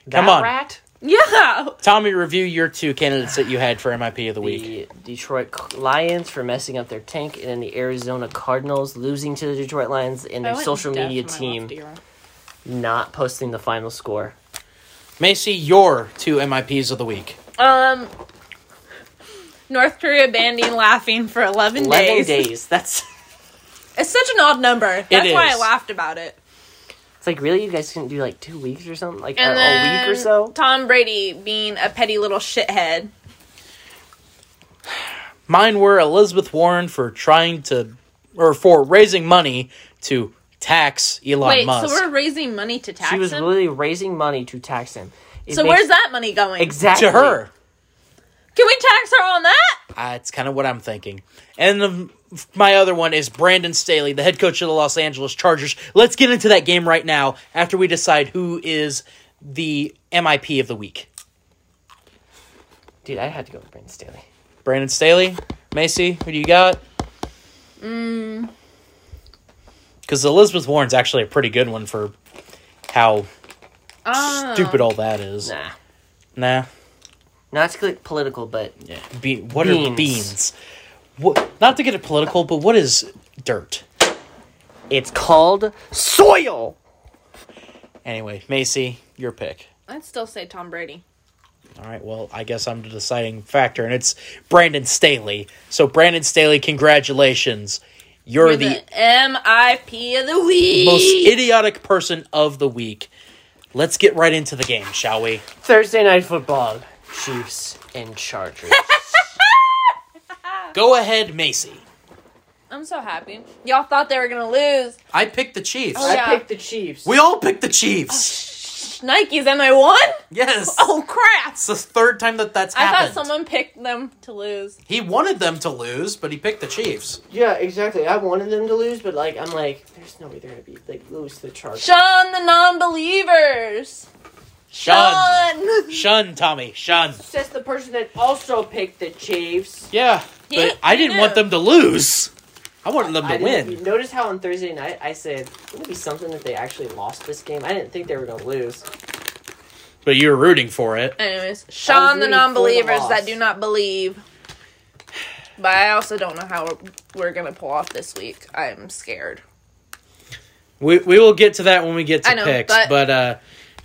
C: That
A: Come on.
C: Rat?
B: Yeah,
A: Tommy, review your two candidates that you had for MIP of the week.
C: The Detroit Lions for messing up their tank, and then the Arizona Cardinals losing to the Detroit Lions and their social media team not posting the final score.
A: Macy, your two MIPs of the week.
B: Um, North Korea banning laughing for eleven,
C: Eleven
B: days. <laughs>
C: days. That's.
B: It's such an odd number. That's why I
A: is.
B: laughed about it.
C: It's like really, you guys couldn't do like two weeks or something, like
B: And
C: a,
B: then
C: a week or so.
B: Tom Brady being a petty little shithead.
A: Mine were Elizabeth Warren for trying to, or for raising money to tax Elon
B: Wait,
A: Musk.
B: so we're raising money to tax
C: She was
B: him?
C: literally raising money to tax him. It
B: so
C: makes-
B: where's that money going?
C: exactly
A: to her.
B: Can we tax her on that?
A: Uh, it's kind of what I'm thinking. And the, my other one is Brandon Staley, the head coach of the Los Angeles Chargers. Let's get into that game right now after we decide who is the MIP of the week.
C: Dude, I had to go with Brandon Staley.
A: Brandon Staley, Macy, who do you got? Because Elizabeth Warren's actually a pretty good one for how
B: Oh.
A: stupid all that is.
C: Nah,
A: Nah.
C: not to get political, but
A: Be- what are
C: Beans.
A: beans? What, not to get it political, but what is dirt?
C: it's called soil.
A: Anyway, Macy, your pick.
B: I'd still say Tom Brady.
A: All right, well, I guess I'm the deciding factor, and it's Brandon Staley. So, Brandon Staley, congratulations. You're,
B: You're
A: the,
B: the, MIP of the E. week.
A: most idiotic person of the week. Let's get right into the game, shall we?
C: Thursday night football, Chiefs
B: <laughs>
C: and Chargers.
A: Go ahead, Macy.
B: I'm so happy. Y'all thought they were gonna lose.
A: I picked the Chiefs.
B: Oh, yeah.
C: I picked the Chiefs.
A: We all picked the Chiefs.
B: Nike's and they won.
A: Yes.
B: <laughs> Oh crap!
A: It's the third time that that's
B: I
A: happened.
B: thought someone picked them to lose.
A: He wanted them to lose, but he picked the Chiefs.
C: Yeah, exactly. I wanted them to lose, but like, I'm like, there's no way they're gonna be like lose to the Chargers.
B: Shun the non-believers.
A: Shun.
B: Shun.
A: Shun, Tommy. Shun.
C: Says the person that also picked the Chiefs.
A: Yeah. But
B: Yeah,
A: I
B: you
A: didn't
B: knew.
A: want them to lose. I wanted them to
C: I didn't-
A: win.
C: you Notice how on Thursday night I said wouldn't it be something that they actually lost this game. I didn't think they were gonna lose.
A: But you were rooting for it.
B: <laughs> Anyways, shun the
C: rooting for the
B: non-believers
C: loss.
B: that do not believe. But I also don't know how we're, we're gonna pull off this week. I'm scared.
A: We, we will get to that when we get to
B: I know,
A: picks. But,
B: but-
A: uh,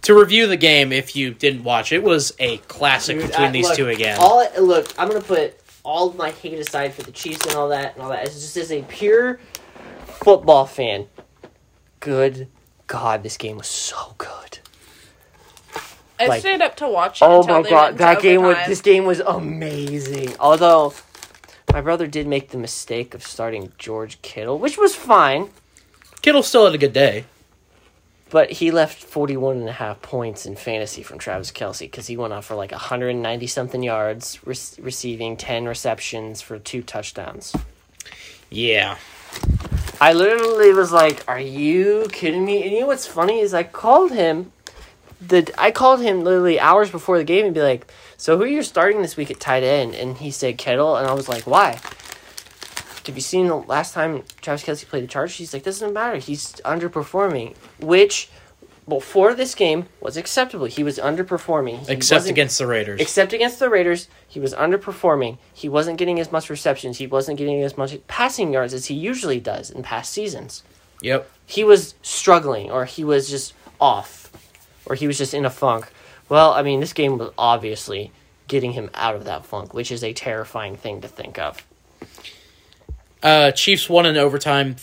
A: to review the game, if you didn't watch, it was a classic
C: Dude,
A: between
C: I-
A: these
C: look,
A: two again.
C: All I- look, I'm gonna put all of my hate aside for the Chiefs and all that and all that. It's just as a pure football fan. Good God, this game was so good.
B: I
C: Like-
B: stayed up to watch. It
C: Oh
B: until
C: my
B: they
C: god,
B: went to
C: that game was
B: overtime.
C: this game was amazing. Although my brother did make the mistake of starting George Kittle, which was fine,
A: Kittle still had a good day.
C: but he left 41 and a half points in fantasy from Travis Kelsey because he went off for like 190 something yards, re- receiving 10 receptions for two touchdowns.
A: Yeah.
C: I literally was like, "Are you kidding me?" And you know what's funny is I called him. The I called him literally hours before the game and be like, "So who are you starting this week at tight end?" And he said Kittle, and I was like, "Why?" Have you seen the last time Travis Kelsey played the Chargers? He's like, "Doesn't matter. He's underperforming," which before this game was acceptable. He was underperforming. He
A: Except
C: wasn't-
A: against the Raiders.
C: Except against the Raiders, he was underperforming. He wasn't getting as much receptions. He wasn't getting as much passing yards as he usually does in past seasons.
A: yep.
C: He was struggling, or he was just off, or he was just in a funk. Well, I mean, this game was obviously getting him out of that funk, which is a terrifying thing to think of.
A: Uh, Chiefs won in overtime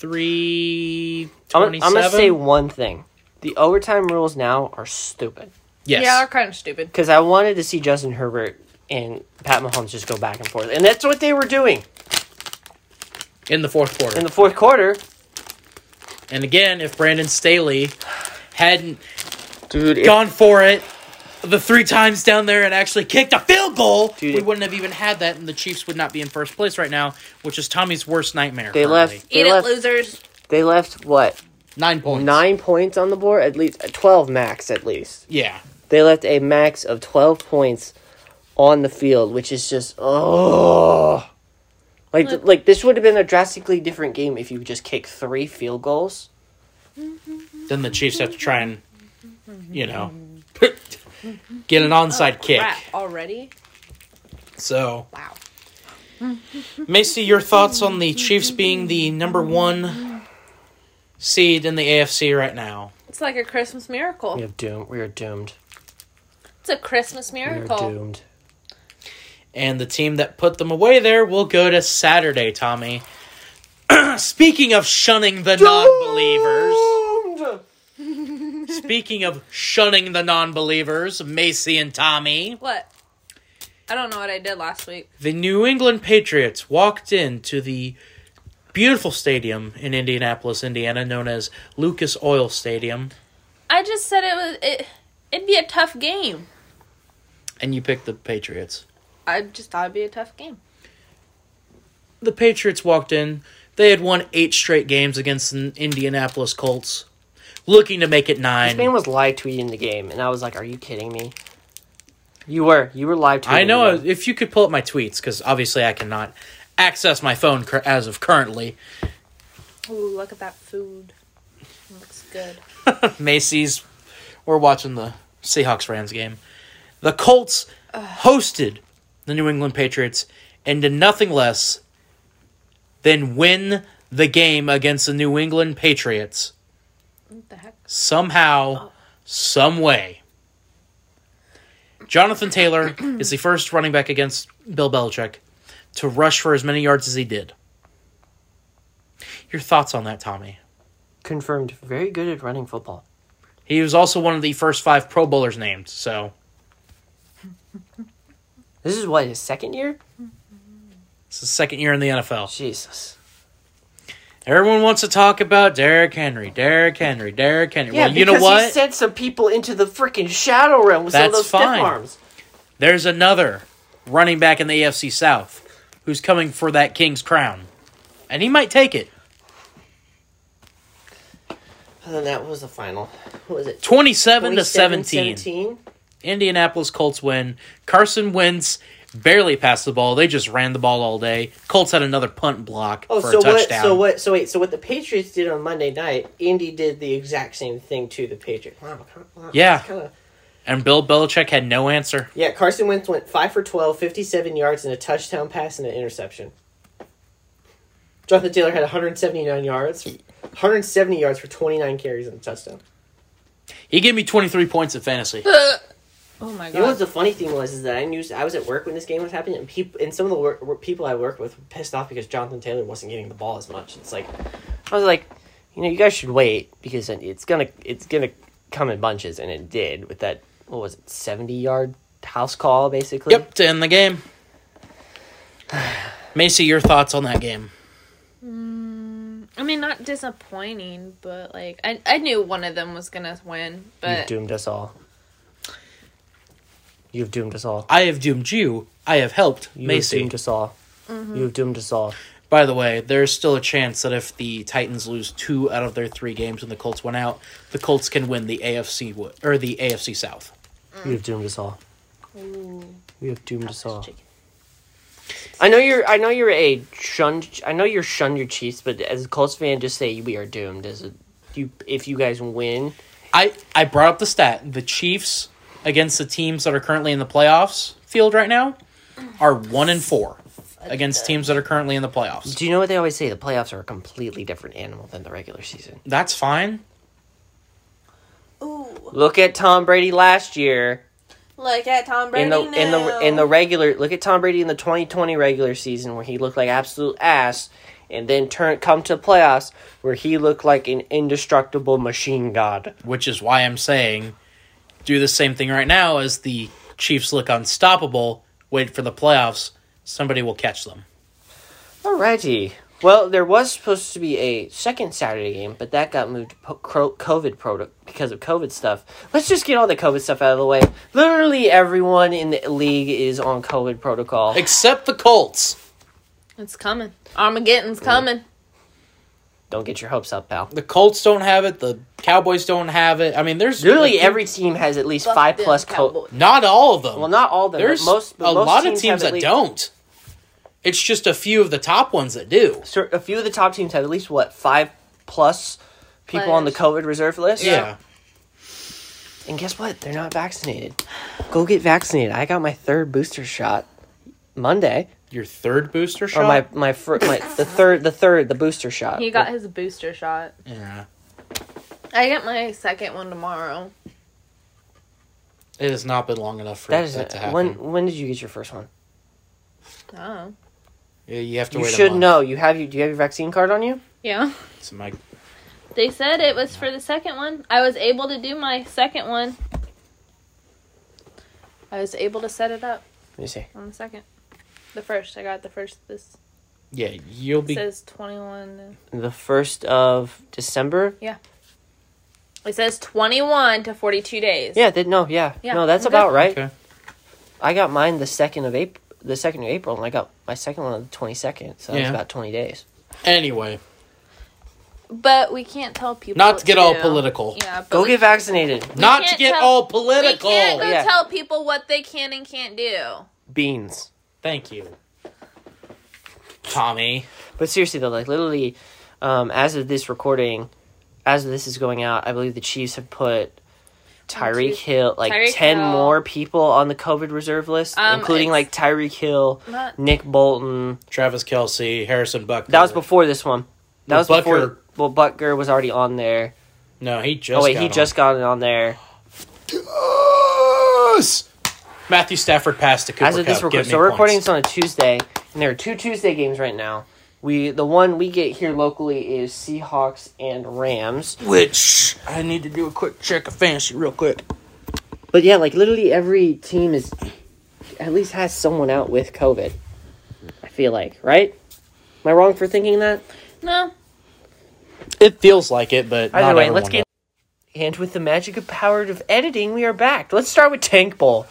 A: 33
C: I'm, I'm
A: 27.
C: going to say one thing. The overtime rules now are stupid.
A: yes.
B: Yeah, they're kind of stupid.
C: Because I wanted to see Justin Herbert and Pat Mahomes just go back and forth. And that's what they were doing
A: in the fourth quarter.
C: in the fourth quarter.
A: and again, if Brandon Staley hadn't
C: Dude,
A: gone for it the three times down there and actually kicked a field goal,
C: Dude,
A: we
C: it-
A: wouldn't have even had that, and the Chiefs would not be in first place right now, which is Tommy's worst nightmare.
C: They
A: currently.
C: left.
B: Eat
C: They
B: it,
C: left.
B: losers.
C: They left what
A: nine points.
C: nine points on the board? At least uh, twelve max. At least
A: Yeah.
C: they left a max of twelve points on the field, which is just oh, like th- like this would have been a drastically different game if you just kick three field goals.
A: Then the Chiefs have to try and, you know, <laughs> get an onside kick.
B: Crap, already?
A: So,
B: Wow.
A: Macy, your thoughts on the Chiefs being the number one seed in the AFC right now?
B: It's like a Christmas miracle.
C: We have doomed. We are doomed.
B: It's a Christmas
C: We are
B: miracle.
C: doomed.
A: And the team that put them away there will go to Saturday, Tommy. <clears throat> Speaking of shunning the non believers,
C: Doomed.
A: speaking of shunning the non believers, Macy and Tommy,
B: What? I don't know what I did last week.
A: The New England Patriots walked into the beautiful stadium in Indianapolis, Indiana, known as Lucas Oil Stadium,
B: I just said it was it. It'd be a tough game.
A: and you picked the Patriots.
B: I just thought it'd be a tough game.
A: The Patriots walked in. They had won eight straight games against the Indianapolis Colts, looking to make it
C: This man
A: nine.
C: was live tweeting the game, and I was like, "Are you kidding me?" You were. You were live tweeting.
A: I know
C: the game.
A: if you could pull up my tweets, because obviously I cannot access my phone cur- as of currently.
B: Ooh, look at that food. Looks good.
A: <laughs> Macy's. We're watching the Seahawks Rams game. The Colts hosted the New England Patriots and did nothing less than win the game against the New England Patriots
B: What the heck?
A: somehow, some way. Jonathan Taylor is the first running back against Bill Belichick to rush for as many yards as he did. Your thoughts on that, Tommy?
C: confirmed very good at running football.
A: He was also one of the first five Pro Bowlers named, so
C: This is what his second year.
A: it's his second year in the NFL.
C: Jesus.
A: Everyone wants to talk about Derrick Henry, Derrick Henry, Derrick Henry. well, you know
C: because
A: what?
C: He sent some people into the freaking shadow realm with some of
A: That's
C: those stiff
A: fine.
C: arms.
A: There's another running back in the AFC South who's coming for that King's crown, and he might take it.
C: And then that was the final. What was it?
A: 27 to
C: 27,
A: 17.
C: 17?
A: Indianapolis Colts win. Carson Wentz barely passed the ball. They just ran the ball all day. Colts had another punt block
C: Oh,
A: for
C: so
A: a
C: what?
A: touchdown.
C: So what? So wait. So what the Patriots did on Monday night? Indy did the exact same thing to the Patriots. Wow, kinda- wow,
A: Yeah.
C: it's kinda-
A: And Bill Belichick had no answer.
C: yeah. Carson Wentz went five for 12, 57 yards, and a touchdown pass and an interception. Jonathan Taylor had 179 yards, 170 yards for 29 carries and a touchdown.
A: He gave me 23 points in fantasy.
B: Oh my
C: You know what
B: god.
C: the funny thing was is that I knew I was at work when this game was happening, and people and some of the work, work- people I worked with were pissed off because Jonathan Taylor wasn't getting the ball as much. It's like I was like, you know, you guys should wait because it- it's gonna it's gonna come in bunches, and it did with that what was it seventy yard house call basically.
A: Yep, to end the game. <sighs> Macy, your thoughts on that game?
B: I mean, not disappointing, but like I, I knew one of them was gonna win,
C: You've
B: but
C: doomed us all. You've doomed us all.
A: I have doomed you. I have helped
C: You have
A: Macy.
C: doomed us all.
B: Mm-hmm.
C: You have doomed us all.
A: By the way, there's still a chance that if the Titans lose two out of their three games and the Colts went out, the Colts can win the AFC wo- or the AFC South.
C: You have doomed us all.
B: Mm. Ooh,
C: You have doomed us all.
B: chicken.
C: I know you're. I know you're a shun. I know you're shun your Chiefs, but as a Colts fan, just say we are doomed. As a, you, if you guys win,
A: I I brought up the stat: the Chiefs against the teams that are currently in the playoffs field right now are one and four against teams that are currently in the playoffs.
C: do you know what they always say? The playoffs are a completely different animal than the regular season.
A: That's fine.
B: Ooh,
C: Look at Tom Brady last year
B: look at Tom Brady
C: in the in
B: now.
C: the in the regular. Look at Tom Brady in the 2020 regular season where he looked like absolute ass, and then turn come to playoffs where he looked like an indestructible machine god.
A: Which is why I'm saying do the same thing right now as the Chiefs look unstoppable. Wait for the playoffs. Somebody will catch them.
C: Alrighty. Well, there was supposed to be a second Saturday game, but that got moved to po- cro- COVID product because of COVID stuff. Let's just get all the COVID stuff out of the way. Literally everyone in the league is on COVID protocol.
A: Except the Colts.
B: it's coming. Armageddon's coming.
C: Don't get your hopes up, pal.
A: The Colts don't have it. The Cowboys don't have it. I mean, there's
C: Literally every team has at least
B: Fuck
C: five
B: them
C: plus COVID.
B: Cowboys.
A: not all of them.
C: Well, not all of them.
A: there's
C: but most, but
A: a
C: most
A: lot of
C: have
A: teams
C: at
A: that
C: least-
A: don't. It's just a few of the top ones that do.
C: cer- A few of the top teams have at least what five plus people on the COVID reserve list.
A: Yeah.
C: And guess what? They're not vaccinated. Go get vaccinated. I got my third booster shot Monday.
A: Your third booster shot.
C: Or my my, fir- my the third the third the booster shot.
B: He got his booster shot.
A: yeah.
B: I get my second one tomorrow.
A: It has not been long enough for
C: that is
A: that to happen.
C: when when did you get your first one?
B: Oh.
A: Yeah, you have to
C: You
A: wait. a
C: should
A: month.
C: know. You have you do you have your vaccine card on you?
B: Yeah.
A: It's my-
B: They said it was for the second one. I was able to do my second one. I was able to set it up.
C: me see.
B: on the second. The first. I got the first. This
A: Yeah, you'll be.
B: says 21.
C: The first of December.
B: It says 21 to 42 days.
C: Yeah, did no, yeah,
B: Yeah,
C: no, that's
B: okay.
C: about right.
A: Okay.
C: I got mine the second of April, the second of April, and I got my second one on the twenty second. So that was
A: Yeah.
C: about twenty days.
A: Anyway,
B: But we can't tell people.
A: not
B: what
A: to get all
B: do.
A: political.
B: Yeah. but
C: Go
B: we-
C: get vaccinated.
A: Not to
B: can't
A: get
B: tell-
A: all
B: We
A: political.
B: can't go
C: Yeah.
B: tell people what they can and can't do.
C: Beans.
A: Thank you, Tommy.
C: But seriously though, like literally, um, as of this recording, as of this is going out, I believe the Chiefs have put Tyreek
B: two-
C: Hill like
B: Tyreek
C: ten
B: Hill.
C: more people on the COVID reserve list,
B: Um,
C: including
B: it's-
C: like Tyreek Hill,
B: Not
C: Nick Bolton.
A: Travis Kelsey, Harrison Buck.
C: That was before this one. That
A: No,
C: was
A: Butker-
C: before. Well, Butker was already on there.
A: No, he just.
C: Oh wait,
A: got
C: he
A: on.
C: just got it on there.
A: Yes! Matthew Stafford passed to Cooper
C: As of this
A: Kupp.
C: record,
A: Give me
C: so we're recording
A: points.
C: this on a Tuesday, and there are two Tuesday games right now. We the one we get here locally is Seahawks and Rams.
A: Which I need to do a quick check of fantasy real quick.
C: But yeah, like literally every team is at least has someone out with COVID. I feel like, right? Am I wrong for thinking that?
B: no.
A: It feels like it, but
C: Either
A: not
C: way, let's
A: everyone
C: get and with the magic of power of editing, we are back. Let's start with Tank Bowl.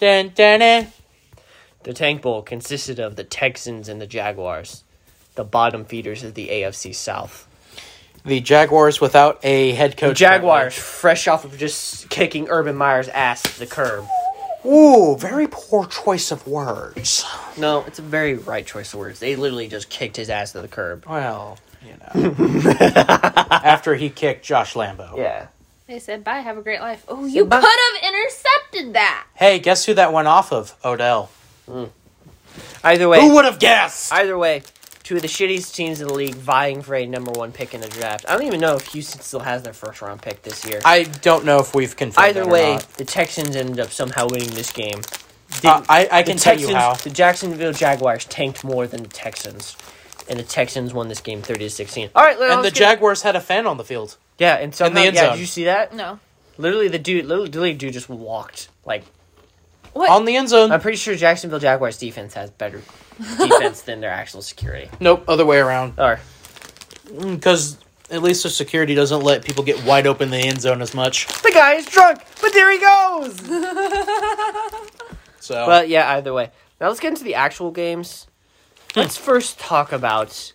C: The Tank Bowl consisted of the Texans and the Jaguars, the bottom feeders of the AFC South.
A: will. the Jaguars without a head
C: The
A: coach.
C: Jaguars, fresh off of just kicking Urban Meyer's ass to the curb.
A: Ooh, very poor choice of words.
C: No, it's a very right choice of words. They literally just kicked his ass to the curb.
A: Well, you know, <laughs> after he kicked Josh Lambo.
C: Yeah.
B: They said bye. Have a great life. Oh, you
C: bye.
B: could have intercepted that.
A: Hey, guess who that went off of? Odell.
C: Either way,
A: Who would have guessed?
C: either way, two of the shittiest teams in the league vying for a number one pick in the draft. I don't even know if Houston still has their first round pick this year.
A: I don't know if we've confirmed.
C: Either
A: that or
C: way,
A: not.
C: the Texans ended up somehow winning this game.
A: Uh, I, I can
C: the
A: tell
C: Texans,
A: you how.
C: the Jacksonville Jaguars tanked more than the Texans, and the Texans won this game thirty to sixteen. All right,
A: And the Jaguars had a fan on the field.
C: yeah, and so
A: in the end
C: yeah,
A: zone.
C: did you see that?
B: No.
C: Literally, the dude, literally, literally dude just walked. Like,
B: What?
A: On the end zone.
C: I'm pretty sure Jacksonville Jaguars defense has better defense than their actual security.
A: Nope, other way around.
C: Or
A: Because at least the security doesn't let people get wide open in the end zone as much.
C: the guy is drunk, but there he goes.
A: So
C: But yeah, either way. Now let's get into the actual games. Let's first talk about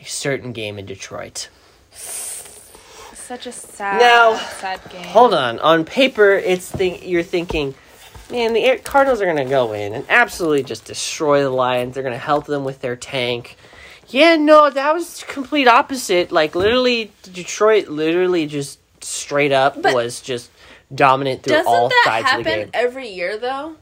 C: a certain game in Detroit.
B: Such a sad,
C: Now,
B: sad game.
C: Hold on. On paper, it's think you're thinking, man, the Air- Cardinals are going to go in and absolutely just destroy the Lions. They're going to help them with their tank. Yeah, no, that was complete opposite. Like literally, Detroit literally just straight up
B: But-
C: was just dominant through
B: Doesn't
C: all
B: that
C: sides of the
B: happen
C: game.
B: every year though?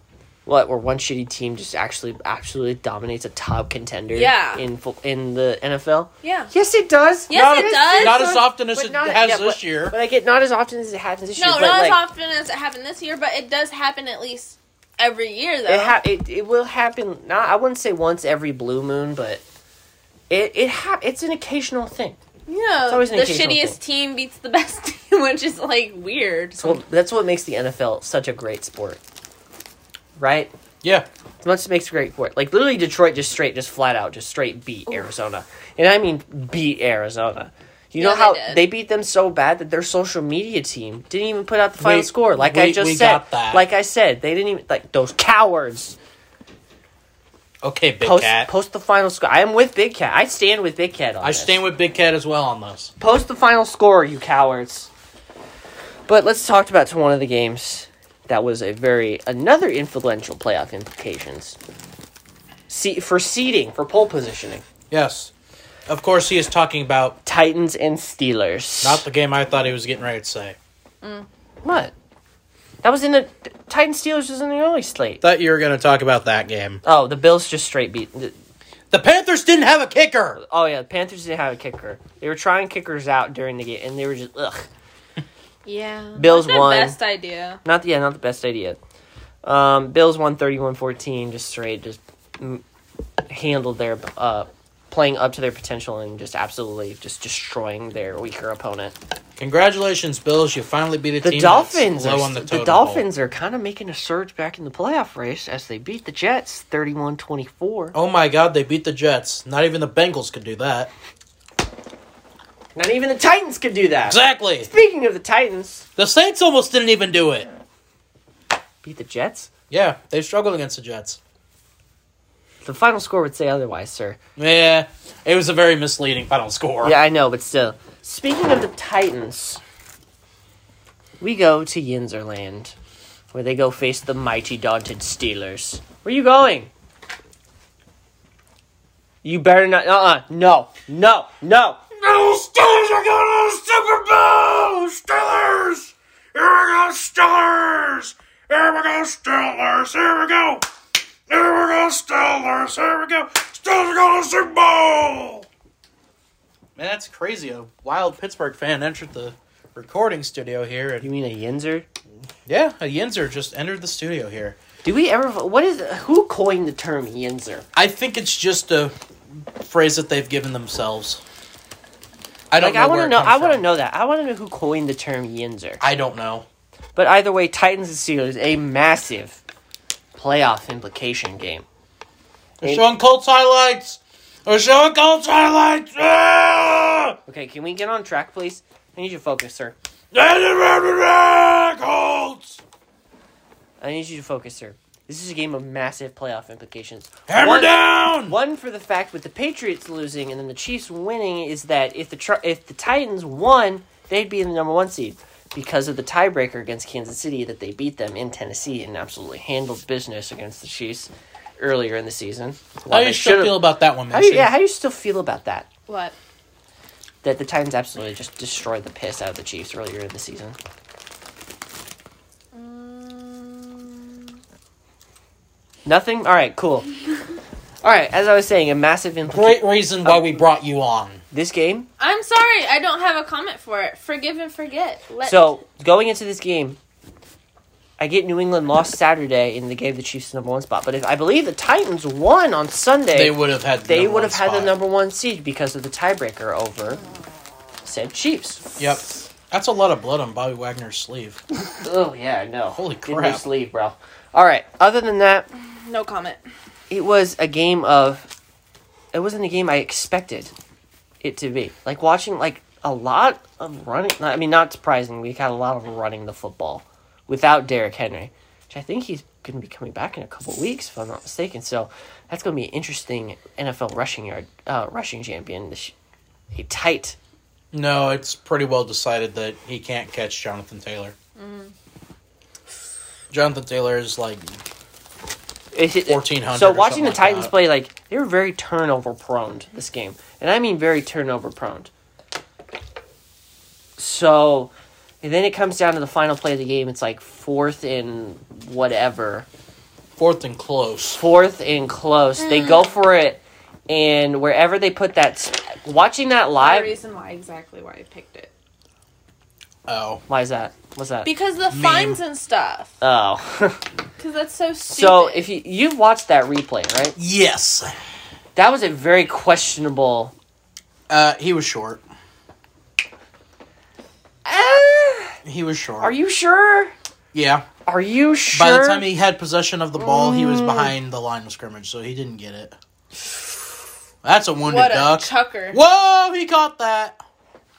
C: What? Where one shitty team just actually absolutely dominates a top contender?
B: Yeah.
C: In fo- in the NFL.
B: Yeah.
C: Yes, it does.
B: Yes, Not it as- does.
A: not as often as
C: But
A: it
C: not-
A: has
C: yeah,
A: this
C: but-
A: year.
C: But I get not as often as it happens this
B: No,
C: year.
B: not
C: but
B: as
C: like,
B: often as it happened this year, but it does happen at least every year though.
C: It, ha- it it will happen. Not I wouldn't say once every blue moon, but it it ha- it's an occasional thing.
B: no,
C: always an
B: the
C: occasional
B: shittiest team beats the <laughs> best team, which is like weird.
C: So that's what makes the NFL such a great sport, right?
A: yeah.
C: That's what makes it great sport. Like literally, Detroit just straight, just flat out, just straight beat Arizona, and I mean beat Arizona. You know
B: Yeah, they
C: how they,
B: did.
C: beat them so bad that their social media team didn't even put out the final
A: We-
C: score. Like I
A: we-
C: just
A: we
C: said,
A: got that.
C: like I said, they didn't even like those cowards.
A: Okay, Big
C: post,
A: Cat.
C: post the final score. I am with Big Cat. I stand with Big Cat on
A: I
C: this.
A: stand with Big Cat as well on this.
C: Post the final score, you cowards. But let's talk about to one of the games that was a very another influential playoff implications. See for seeding for pole positioning.
A: Yes. Of course, he is talking about
C: Titans and Steelers.
A: not the game I thought he was getting ready to say.
C: what? That was in the Titans Steelers was in the early slate.
A: Thought you were going to talk about that game.
C: Oh, the Bills just straight beat. the-
A: The Panthers didn't have a kicker.
C: Oh yeah, the Panthers didn't have a kicker. They were trying kickers out during the game, and they were just ugh.
B: Yeah.
C: Bills
B: Not the
C: won.
B: Best idea.
C: Not yeah, not the best idea. Um, Bills won 31-14, just straight, just mm, handled their uh, playing up to their potential and just absolutely just destroying their weaker opponent.
A: Congratulations, Bills! You finally beat a
C: The
A: team
C: Dolphins
A: that's
C: are
A: low on the,
C: the,
A: totem
C: Dolphins are kind of making a surge back in the playoff race as they beat the Jets 31-24.
A: Pole. Oh my God! They beat the Jets. Not even the Bengals could do that.
C: Not even the Titans could do that.
A: Exactly.
C: Speaking of the Titans,
A: The Saints almost didn't even do it.
C: beat the Jets.
A: Yeah, they struggled against the Jets.
C: The final score would say otherwise, sir.
A: Yeah, it was a very misleading final score.
C: Yeah, I know, but still. Speaking of the Titans, we go to Yinzerland, where they go face the mighty daunted Steelers. Where you going? You better not. Uh uh No. No. No.
A: No Steelers are going to the Super Bowl. Steelers. Here we go, Steelers. Here we go, Steelers. Here we go. Here we go, Steelers. Here we go. Steelers are going to the Super Bowl. Man, that's crazy. A wild Pittsburgh fan entered the recording studio here,
C: You
A: and
C: mean a Yinzer?
A: yeah, a Yinzer just entered the studio here.
C: Do we ever. What is. Who coined the term Yinzer?
A: I think it's just a phrase that they've given themselves. I don't
C: Like, I
A: want to
C: know. I want to know that. I want to know who coined the term Yinzer.
A: I don't know.
C: But either way, Titans and Steelers, a massive playoff implication game.
A: They're showing Colts highlights. They're showing Colts highlights. Ah!
C: Okay, can we get on track, please? I need you to focus, sir.
A: Colts.
C: I need you to focus, sir. This is a game of massive playoff implications.
A: Hammer
C: One-
A: down.
C: One for the fact with the Patriots losing and then the Chiefs winning is that if the Tri- if the Titans won, they'd be in the number one seed because of the tiebreaker against Kansas City that they beat them in Tennessee and absolutely handled business against the Chiefs earlier in the season.
A: How
C: While
A: do
C: they
A: you still
C: should've-
A: feel about that one,
C: How do you,
A: Mason?
C: yeah, how do you still feel about that?
B: What?
C: That the Titans absolutely just destroyed the piss out of the Chiefs earlier in the season.
B: Mm,
C: Nothing. All right, cool. All right, as I was saying, a massive
A: Great
C: implication.
A: reason why we brought you on.
C: This game.
B: I'm sorry, I don't have a comment for it. Forgive and forget. Let-
C: So going into this game, I get New England lost Saturday and they gave the Chiefs the number one spot. But if I believe the Titans won on Sunday,
A: They would have had. The
C: they
A: number
C: would
A: one
C: have had the
A: spot.
C: number one seed because of the tiebreaker over said Chiefs.
A: Yep. That's a lot of blood on Bobby Wagner's sleeve.
C: Oh yeah, no.
A: Holy
C: Get
A: crap.
C: your sleeve, bro. All right. Other than that,
B: no comment.
C: it was a game of it wasn't a game I expected it to be. Like watching like a lot of running I mean not surprising, we had a lot of running the football without Derrick Henry. Which I think he's gonna be coming back in a couple weeks, if I'm not mistaken. So that's gonna be an interesting NFL rushing yard uh, rushing champion this a tight
A: No, it's pretty well decided that he can't catch Jonathan Taylor.
C: Mm-hmm.
A: Jonathan Taylor is like
C: Is it-
A: 1400
C: So
A: or something
C: watching the
A: like
C: Titans
A: that.
C: play, like they were very turnover prone this game, and I mean very turnover prone. So, and then it comes down to the final play of the game. It's like fourth and whatever,
A: fourth and close.
C: fourth and close. They go for it, and wherever they put that, s- watching that
B: The
C: live.
B: reason why exactly why I picked it.
A: Oh.
C: Why is that? What's that?
B: Because the
A: Meme.
B: fines and stuff.
C: Oh, <laughs>
B: Because that's so stupid.
C: so if you you've watched that replay, right?
A: Yes.
C: That was a very questionable.
A: Uh, he was short.
C: Ah,
A: He was short.
C: are you sure?
A: Yeah.
C: Are you sure? Mm.
A: By the time he had possession of the ball, he was behind the line of scrimmage, so he didn't get it. That's a wounded
B: what a
A: duck.
B: chucker.
A: Whoa, he caught that.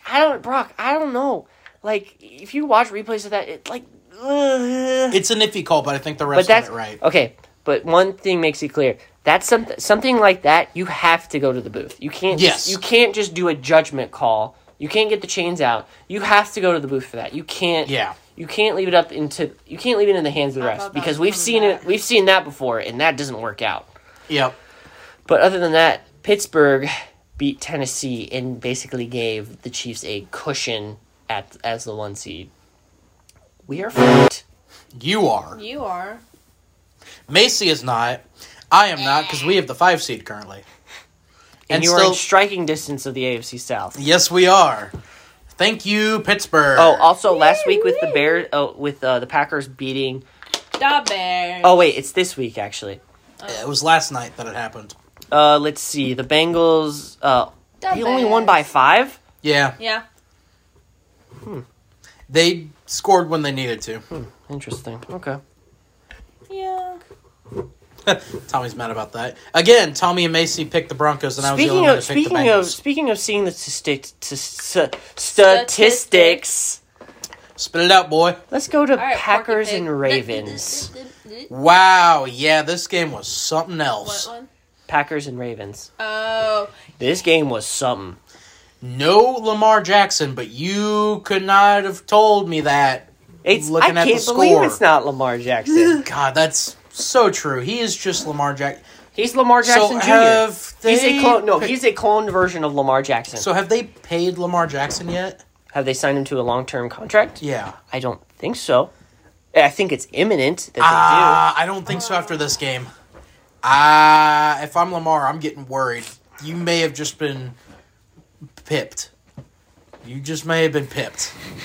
C: I don't, Brock. I don't know. Like, if you watch replays of that, it like, ugh.
A: It's an iffy call, but I think the
C: but
A: rest got
C: that's
A: it right.
C: Okay, but one thing makes it clear. That's something something like that. You have to go to the booth. You can't.
A: Yes.
C: Just, you can't just do a judgment call. You can't get the chains out. You have to go to the booth for that. You can't.
A: Yeah.
C: You can't leave it up into. You can't leave it in the hands of the
B: I
C: refs
B: thought that was
C: because we've
B: coming
C: seen
B: back.
C: it. We've seen that before, and that doesn't work out.
A: Yep.
C: But other than that, Pittsburgh beat Tennessee and basically gave the Chiefs a cushion at as the one seed. We are fucked.
A: You are.
B: You are.
A: Macy is not. I am not, because we have the five seed currently.
C: And,
A: And
C: you are
A: still-
C: in striking distance of the AFC South.
A: Yes, we are. Thank you, Pittsburgh.
C: Oh, also last week with the Bears, oh, with uh, the Packers beating.
B: Da bear.
C: Oh wait, it's this week actually.
A: Uh, It was last night that it happened.
C: Uh, let's see. The Bengals. Uh, they only won by five.
A: Yeah,
B: Yeah.
A: they scored when they needed to. <laughs>
C: Interesting. Okay.
B: Yeah.
A: Tommy's mad about that. Again, Tommy and Macy picked the Broncos, and I was the
C: Speaking
A: only one
C: of
A: to pick the
C: speaking of
A: Bengals.
C: speaking of seeing the statistics, statistics,
A: Spit it out, boy.
C: let's go to
B: All right, Porky
C: Packers
B: Pig. <laughs>
C: and Ravens.
A: Wow, yeah, this game was something
B: What
A: else.
B: one?
C: Packers and Ravens.
B: Oh,
C: This game was something.
A: No Lamar Jackson, but you could not have told me that.
C: It's, I
A: Looking at
C: can't
A: the
C: believe
A: score.
C: it's not Lamar
B: <laughs>
C: Jackson.
A: God, that's so true. He is just Lamar Jack.
C: He's Lamar
A: So
C: Jackson Jr.
A: have they?
C: He's a clone. No,
A: pick-
C: he's a cloned version of Lamar Jackson.
A: So have they paid Lamar Jackson yet?
C: Have they signed him to a long-term contract?
A: Yeah.
C: I don't think so. I think it's imminent that they
A: Ah, I don't think so after this game. Ah, if I'm Lamar, I'm getting worried. You may have just been pipped. You just may have been pipped.
C: do.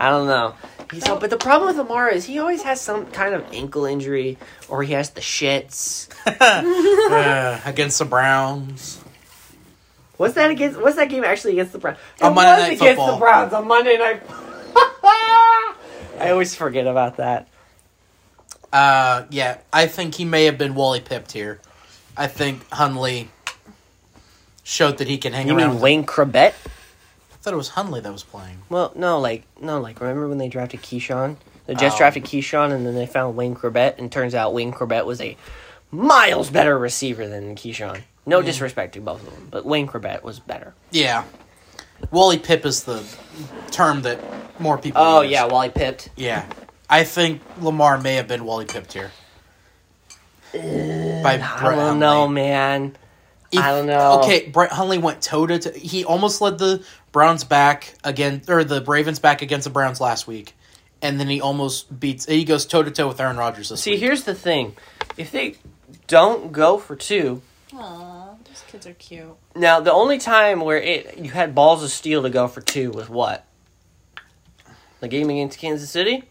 C: I don't know. He's but the problem with Lamar is he always has some kind of ankle injury or he has the shits.
A: Uh, against the Browns.
C: What's that against? What's that game actually against the Browns?
A: On
C: It
A: Monday
C: was
A: Night
C: against
A: Football.
C: the Browns on Monday night. <laughs> I always forget about that.
A: Uh, yeah, I think he may have been Wally pipped here. I think Hunley showed that he can hang
C: You
A: around.
C: mean
A: with-
C: Wayne Krabet?
A: I thought it was Hunley that was playing.
C: Well, no, like no, like remember when they drafted Keyshawn? The Jets
A: Oh.
C: drafted Keyshawn, and then they found Wayne Corbett, and turns out Wayne Corbett was a miles better receiver than Keyshawn. No disrespect to both of them, but Wayne Corbett was better.
A: Yeah, Wally Pip is the term that more people.
C: Oh
A: use.
C: yeah, Wally Pipped.
A: yeah. I think Lamar may have been Wally pipped here. By
C: Mm, I
A: Brett
C: don't
A: Hundley.
C: know, man. I don't know.
A: Okay, Brett Hundley went toe to toe. He almost led the Browns back again, or the Ravens back against the Browns last week, and then he almost beats. He goes toe to toe with Aaron Rodgers this
C: See,
A: week.
C: here's the thing: if they don't go for two,
B: Aw, those kids are cute.
C: now the only time where it you had balls of steel to go for two was what? The game against Kansas City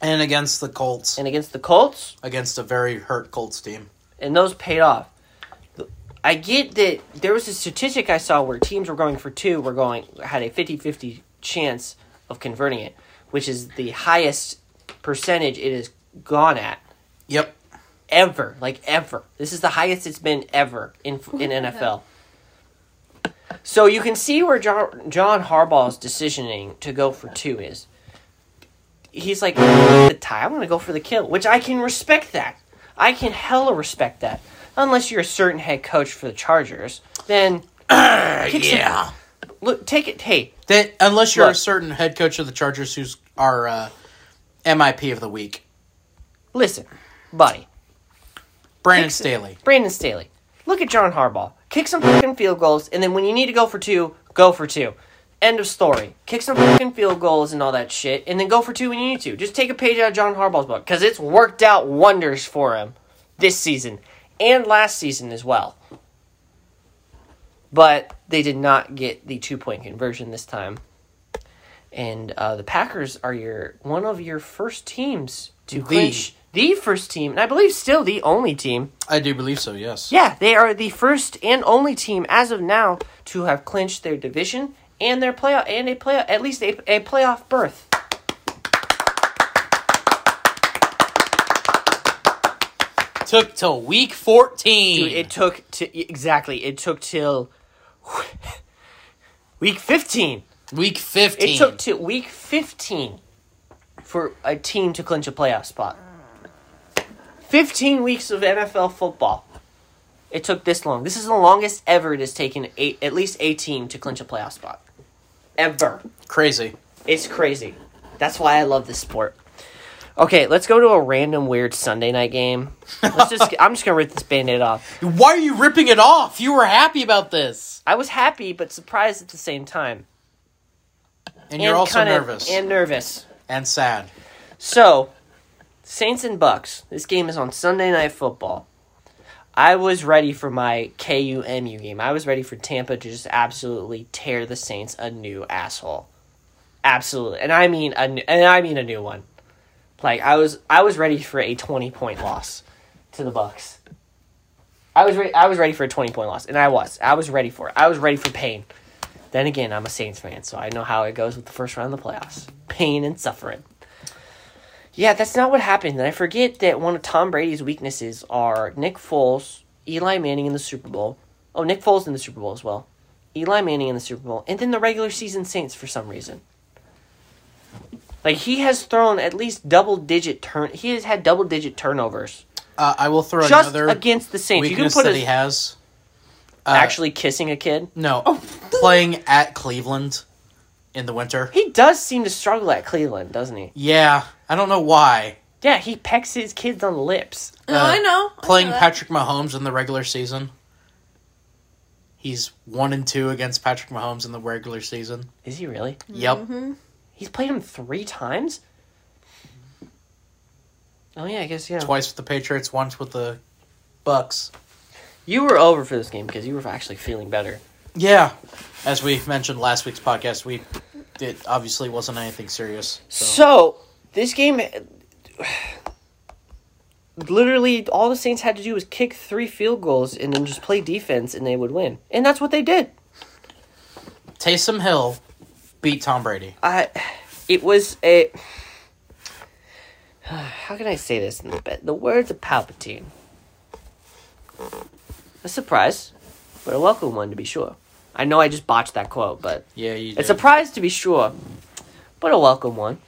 A: and against the Colts,
C: and against the Colts.
A: against a very hurt Colts team.
C: and those paid off. I get that there was a statistic I saw where teams were going for two were going had a 50-50 chance of converting it, which is the highest percentage it has gone at
A: Yep.
C: ever, like ever. This is the highest it's been ever in in NFL. So you can see where John, John Harbaugh's decisioning to go for two is. He's like, the tie. I'm going to go for the kill, which I can respect that. I can hella respect that. Unless you're a certain head coach for the Chargers, then kick some-
A: Yeah.
C: look, take it. Hey,
A: That unless you're a
C: Look.
A: certain head coach of the Chargers, who's our uh, MIP of the week,
C: listen, buddy.
A: Brandon
C: Fix it.
A: Staley.
C: Brandon Staley. Look at John Harbaugh. Kick some fucking field goals, and then when you need to go for two, go for two. End of story. Kick some fucking field goals and all that shit, and then go for two when you need to. Just take a page out of John Harbaugh's book, because it's worked out wonders for him this season and last season as well. But they did not get the two point conversion this time. And uh, the Packers are your one of your first teams to clinch the first team, and I believe still the only team
A: I do believe so. Yes.
C: yeah, they are the first and only team as of now to have clinched their division and their playoff and a playoff at least a, a playoff berth.
A: Took till week fourteen.
C: Dude, it took to exactly it took till <laughs> week 15.
A: week
C: It
A: fifteen.
C: took to week 15 for a team to clinch a playoff spot. 15 weeks of NFL football. It took this long. This is the longest ever it has taken a, at least a team to clinch a playoff spot. Ever.
A: Crazy.
C: It's crazy. That's why I love this sport. Okay, let's go to a random weird Sunday night game.
A: <laughs>
C: Let's just I'm just gonna rip this band-aid off.
A: Why are you ripping it off? You were happy about this,
C: I was happy but surprised at the same time.
A: and you're also
C: kinda-
A: nervous and,
C: And nervous.
A: sad.
C: So Saints and Bucks. This game is on Sunday night football. I was ready for my KUMU game. I was ready for Tampa to just absolutely tear the Saints a new asshole. Absolutely. And I mean a new, and I mean a new one. Like I was I was ready for a 20 point loss to the Bucks. I was ready. I was ready for a twenty point loss, and I was. I was ready for it. I was ready for pain. Then again, I'm a Saints fan, so I know how it goes with the first round of the playoffs: pain and suffering. Yeah, that's not what happened. And I forget that one of Tom Brady's weaknesses are Nick Foles, Eli Manning in the Super Bowl. Oh, Nick Foles in the Super Bowl as well. Eli Manning in the Super Bowl, and then the regular season Saints for some reason. Like he has thrown at least double digit turn. He has had double digit turnovers
A: Uh, I will throw
C: just
A: another
C: against the Saints. You can
A: weakness
C: put
A: that he
C: a,
A: has. Uh,
C: actually oh. kissing a kid.
A: no, playing at Cleveland in the winter.
C: He does seem to struggle at Cleveland, doesn't he?
A: Yeah, I don't know why.
C: Yeah, he pecks his kids on the lips.
B: No, I know. I
A: Playing
B: know that.
A: Patrick Mahomes in the regular season. He's one and two against Patrick Mahomes in the regular season.
C: Is he really?
A: Yep.
C: Mm-hmm. He's played him three times. Oh yeah, I guess yeah.
A: Twice with the Patriots, once with the Bucks.
C: You were over for this game because you were actually feeling better.
A: Yeah. As we mentioned last week's podcast, we it obviously wasn't anything serious. So,
C: So this game, <sighs> literally, all the Saints had to do was kick three field goals and then just play defense, and they would win. And that's what they did.
A: Taysom Hill beat Tom Brady.
C: I, it was a. <sighs> How can I say this in the be- the words of Palpatine? A surprise, but a welcome one to be sure. I know I just botched that quote, but
A: Yeah, you
C: a surprise to be sure, but a welcome one.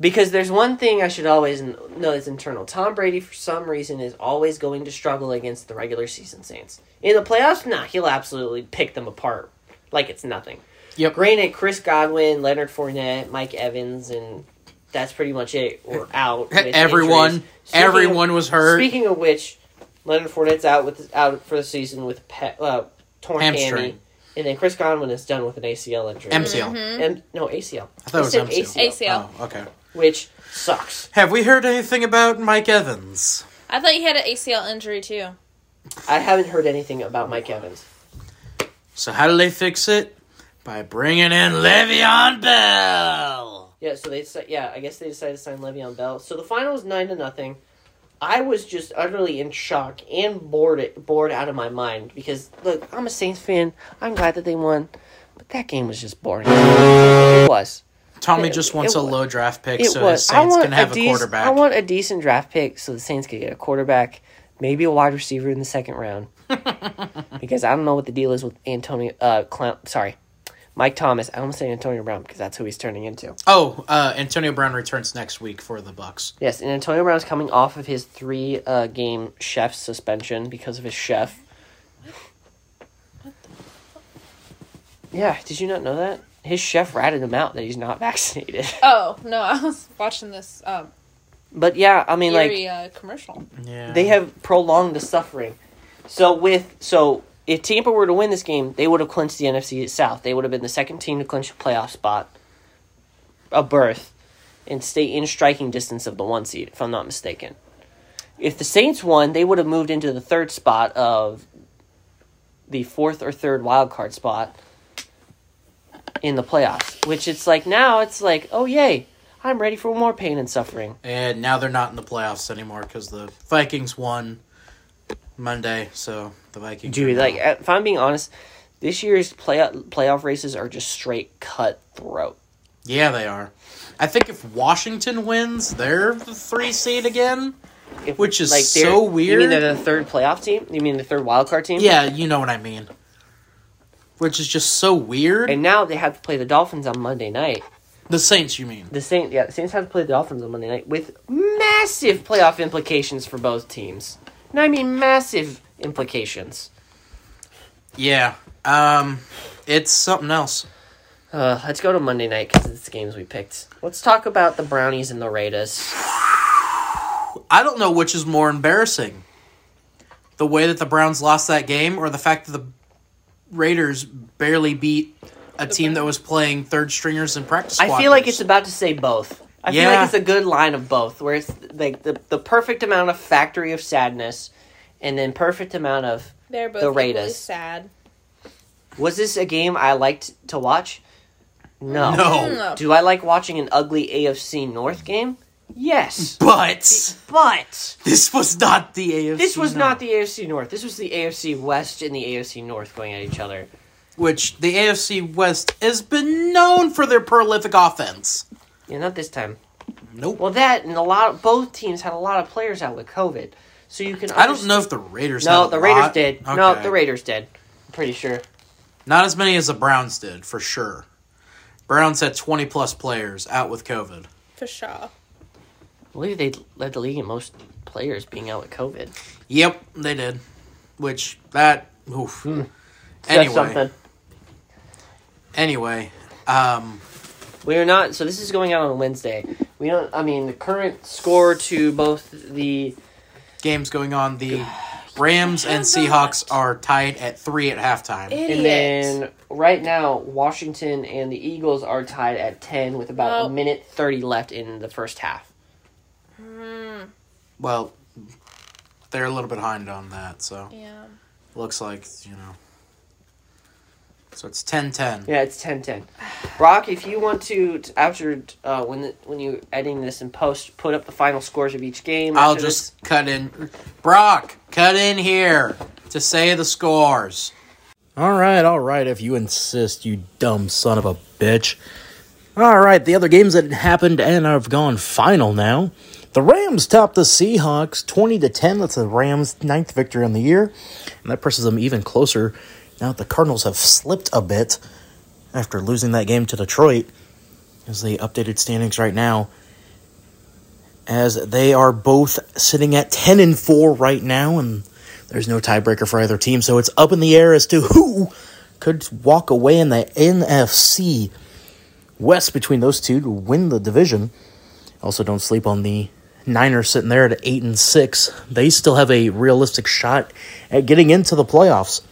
C: Because there's one thing I should always kn- know that's internal. Tom Brady, for some reason, is always going to struggle against the regular season Saints. In the playoffs, nah, he'll absolutely pick them apart like it's nothing.
A: Yep.
C: Granted, Chris Godwin, Leonard Fournette, Mike Evans, and that's pretty much it. We're out.
A: <laughs>
C: with
A: Everyone,
C: injuries. Speaking of-
A: everyone was hurt.
C: Speaking of which, Leonard Fournette's out with out for the season with pe- uh, torn
A: Hamstring.
C: hammy, and then Chris Godwin is done with an ACL injury.
A: MCL.
C: M- no ACL.
A: I thought it was
C: Mm-hmm. said
A: MCL.
B: ACL.
A: Oh, okay.
C: which sucks.
A: Have we heard anything about Mike Evans?
B: I thought you had an ACL injury too.
C: I haven't heard anything about Mike Evans.
A: So how do they fix it? By bringing in Le'Veon Bell.
C: Yeah, so they said. Yeah, I guess they decided to sign Le'Veon Bell. So the final was nine to nothing. I was just utterly in shock and bored it, bored out of my mind because look, I'm a Saints fan. I'm glad that they won, but that game was just boring. It was.
A: Tommy
C: It-
A: just wants
C: it
A: a
C: wa-
A: low draft pick
C: It
A: so the
C: was. I
A: Saints
C: want
A: can have a,
C: dec-
A: quarterback.
C: I want a decent draft pick so the Saints could get a quarterback, maybe a wide receiver in the
A: <laughs>
C: second round. because I don't know what the deal is with Antonio. Uh, Clown. Sorry, Mike Thomas. I almost say Antonio Brown because that's who he's turning into.
A: oh, uh, Antonio Brown returns next week for the Bucks.
C: Yes, and Antonio Brown's coming off of his three uh, game chef suspension because of his chef. Yeah, did you not know that? His chef ratted him out that he's not <laughs> vaccinated.
B: Oh no, <laughs> I was watching this um,
C: But yeah, I mean, like,
B: eerie uh, commercial.
A: Yeah.
C: they have prolonged the suffering. So with so if Tampa were to win this game, they would have clinched the NFC South. They would have been the second team to clinch a playoff spot, a berth, and stay in striking distance of the one seed, if I'm not mistaken. If the Saints won, they would have moved into the third spot of the fourth or third wild card spot in the playoffs. Which it's like now it's like, oh yay, I'm ready for more pain and suffering.
A: And now they're not in the playoffs anymore because the Vikings won Monday, so the Vikings.
C: Dude,
A: are
C: like uh,
A: now-
C: if I'm being honest, this year's play playoff races are just straight cutthroat.
A: yeah, they are. I think if Washington wins, they're the three seed again.
C: If-
A: Which is
C: they're-
A: so
C: You mean
A: weird.
C: they're the third playoff team? You mean the third wild card team?
A: Yeah, you know what I mean. Which is just so weird.
C: And now they have to play the Dolphins on Monday night.
A: the Saints, you mean?
C: The Saints, yeah, the Saints have to play the Dolphins on Monday night with massive playoff implications for both teams. And I mean massive implications.
A: Yeah. Um, it's something else.
C: Uh, let's go to Monday night because it's the games we picked. Let's talk about the Brownies and the Raiders.
A: I don't know which is more embarrassing: the way that the Browns lost that game, or the fact that the Raiders barely beat a team that was playing third stringers and practice.
C: I feel like
A: squatters.
C: it's about to say both. I feel
A: Yeah.
C: like it's a good line of both, where it's like the, the perfect amount of factory of sadness, and then perfect amount of
B: They're both
C: The
B: equally
C: Raiders.
B: sad.
C: was this a game I liked to watch? No.
A: No.
B: No.
C: Do I like watching an ugly AFC North game?
D: <laughs>
C: Yes,
D: But
C: but
D: this was not the AFC.
C: this was
D: North.
C: not the AFC North. This was the AFC West and the AFC North going at each other.
D: which the AFC West has been known for their prolific offense.
C: Yeah, not this time.
D: Nope.
C: Well, that and a lot of both teams had a lot of players out with COVID, so you can.
D: I don't
C: underst-
D: know if the Raiders. had
C: No,
D: a
C: the Raiders
D: lot.
C: did. No,
D: Okay.
C: the Raiders did. I'm pretty sure.
D: Not as many as the Browns did for sure. Browns had twenty plus players out with COVID.
B: For sure.
C: I believe they led the league in most players being out with COVID.
D: Yep, they did. Which that oof.
C: That's
D: Anyway,
C: Hmm. something.
D: anyway, um,
C: We are not. So this is going out on Wednesday. We don't. I mean, the current score to both the
D: games going on. The Rams and Seahawks are tied at three at halftime.
C: and then right now Washington and the Eagles are tied at ten with about
B: Oh.
C: a minute thirty left in the first half.
D: Well, they're a little bit behind on that, so
B: yeah.
D: looks like you know. So it's 10-10.
C: Yeah, it's 10-10. Brock, if you want to t- after uh, when the, when you editing this in post, put up the final scores of each game.
D: I'll
C: after
D: just cut in. Brock, cut in here to say the scores. All right, all right. If you insist, you dumb son of a bitch. All right, the other games that happened and have gone final now. The Rams topped the Seahawks 20 to 10. That's the Rams' ninth victory on the year. And that pushes them even closer. Now that the Cardinals have slipped a bit after losing that game to Detroit. As the updated standings right now, as they are both sitting at 10 and 4 right now and there's no tiebreaker for either team so it's up in the air as to who could walk away in the NFC West between those two to win the division also don't sleep on the Niners sitting there at 8 and 6 they still have a realistic shot at getting into the playoffs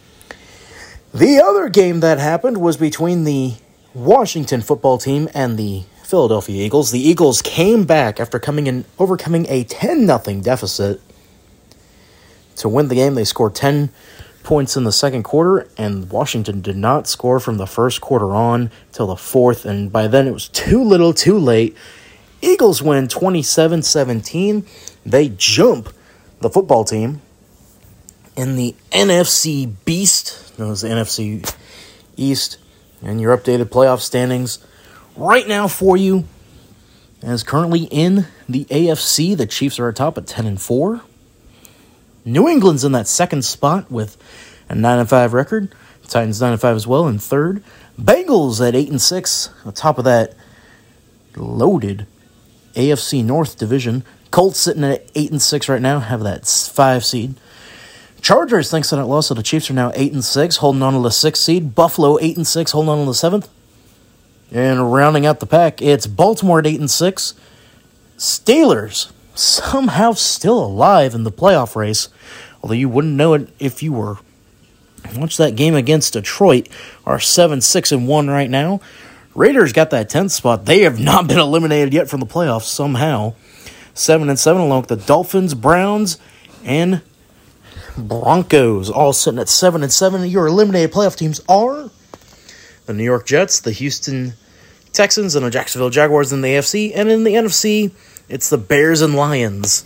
D: the other game that happened was between the Washington football team and the Philadelphia Eagles. The Eagles came back after coming in overcoming a 10 0 deficit to win the game. They scored 10 points in the second quarter and Washington did not score from the first quarter on till the fourth and by then it was too little, too late. Eagles win 27-17. They jump the football team in the NFC Beast, known as the NFC East, and your updated playoff standings right now for you. As currently in the AFC, the Chiefs are atop at 10 and 4. New England's in that second spot with a 9 and 5 record. Titans 9 and 5 as well in third. Bengals at 8 and 6, atop of that loaded AFC North division. Colts sitting at 8 and 6 right now, have that 5 seed. Chargers thanks to that loss, so the Chiefs are now eight and six, holding on to the sixth seed. Buffalo eight and six, holding on to the seventh. And rounding out the pack, it's Baltimore at eight and six. Steelers somehow still alive in the playoff race, although you wouldn't know it if you were. Watch that game against Detroit are seven six and one right now. Raiders got that tenth spot. They have not been eliminated yet from the playoffs somehow. Seven and seven along with the Dolphins, Browns, and Broncos all sitting at seven and seven. Your eliminated playoff teams are the New York Jets, the Houston Texans, and the Jacksonville Jaguars in the AFC. And in the NFC, it's the Bears and Lions.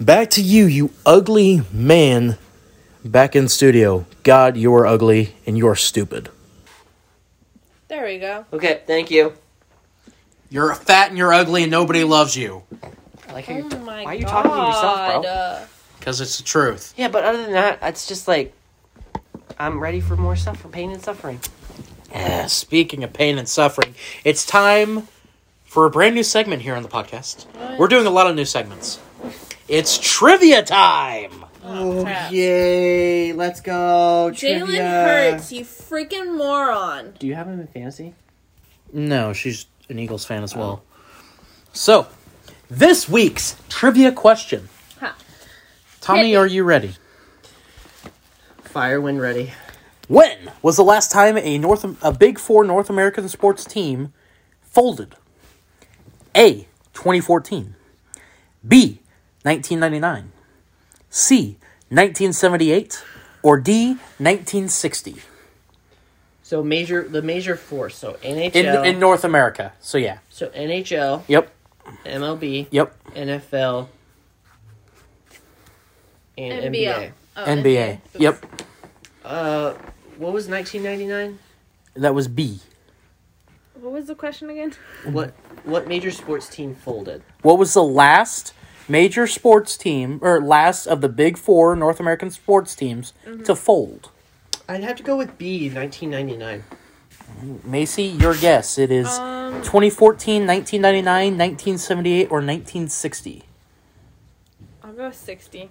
D: Back to you, you ugly man. Back in studio. God, you are ugly and you're stupid.
B: There we go.
C: this- okay, thank you.
D: You're fat and you're ugly and nobody loves you.
C: I like how
B: Oh
C: you're t-
B: my
C: why are you
B: God.
C: talking to yourself, bro?
B: Uh,
D: Because it's the truth.
C: Yeah, but other than that, it's just like I'm ready for more suffering, pain and suffering.
D: Eh, speaking of pain and suffering, it's time for a brand new segment here on the podcast. We're doing a lot of new segments. It's trivia time!
B: oh, crap.
C: Yay! Let's go.
B: Jalen Hurts, you freaking moron.
C: Do you have him in fantasy?
D: No, she's an Eagles fan as well. So, this week's trivia question.
B: Huh.
D: Tommy, are you ready?
C: Fire when ready.
D: When was the last time a North a Big 4 North American sports team folded? A 2014, B 1999, C 1978, or D 1960
C: So major the major four. So NHL.
D: in in North America. So yeah.
C: so NHL.
D: Yep.
C: MLB,
D: Yep.
C: NFL, and NBA.
B: Oh,
D: NBA. Yep.
C: Uh, what was 1999?
D: That was B.
B: What was the question again?
C: What what major sports team folded?
D: What was the last major sports team or last of the big four North American sports teams to fold?
C: I'd have to go with B, 1999.
D: Macy, your guess. It is
B: Um,
D: 2014, 1999, 1978, or 1960.
B: I'll go 60.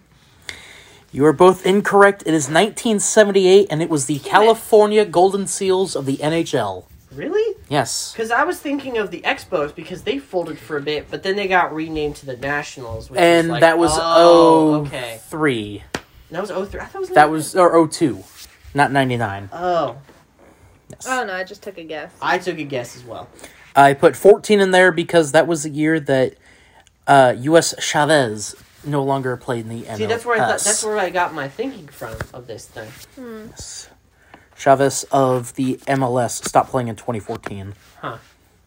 D: You are both incorrect. It is 1978, and it was the California Golden Seals of the NHL.
C: Really?
D: Yes.
C: Because I was thinking of the Expos because they folded for a bit, but then they got renamed to the Nationals. Which
D: And
C: like,
D: that was
C: oh,
D: oh
C: okay.
D: three.
C: That was 03. I thought it was
D: That was, or 02, not 99.
C: Oh,
B: Oh no, I just took a guess.
C: I took a guess as well.
D: I put 14 in there because that was the year that uh, U.S. Chavez no longer played in the MLS.
C: See, that's where I thought, that's where I got my thinking from of this thing.
D: Chavez of the MLS stopped playing in 2014.
C: Huh.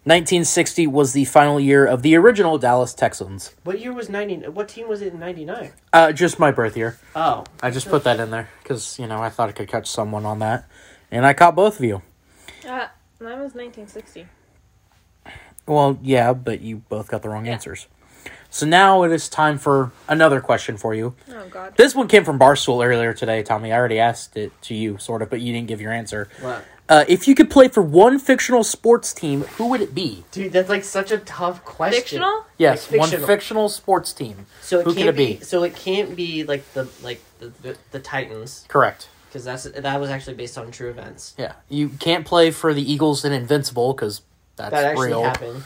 D: 1960 was the final year of the original Dallas Texans.
C: What year was 90? What team was it in 99?
D: Uh, just my birth year.
C: Oh,
D: I just put that in there because, you know, I thought I could catch someone on that. And I caught both of you.
B: Uh, mine was 1960.
D: Well, yeah, but you both got the wrong answers. So now it is time for another question for you.
B: Oh god.
D: This one came from Barstool earlier today, Tommy. I already asked it to you, sort of, but you didn't give your answer.
C: wow.
D: Uh, if you could play for one fictional sports team, who would it be?
C: Dude, that's like such a tough question.
B: Fictional?
D: Yes,
C: Like
D: one
C: fictional.
D: fictional sports team.
C: So it
D: who
C: can't
D: could it
C: be,
D: be?
C: So it can't be like the like the the, the Titans
D: Correct.
C: because that's that was actually based on true events.
D: Yeah, you can't play for the Eagles and Invincible because that's
C: that actually
D: real.
C: happened.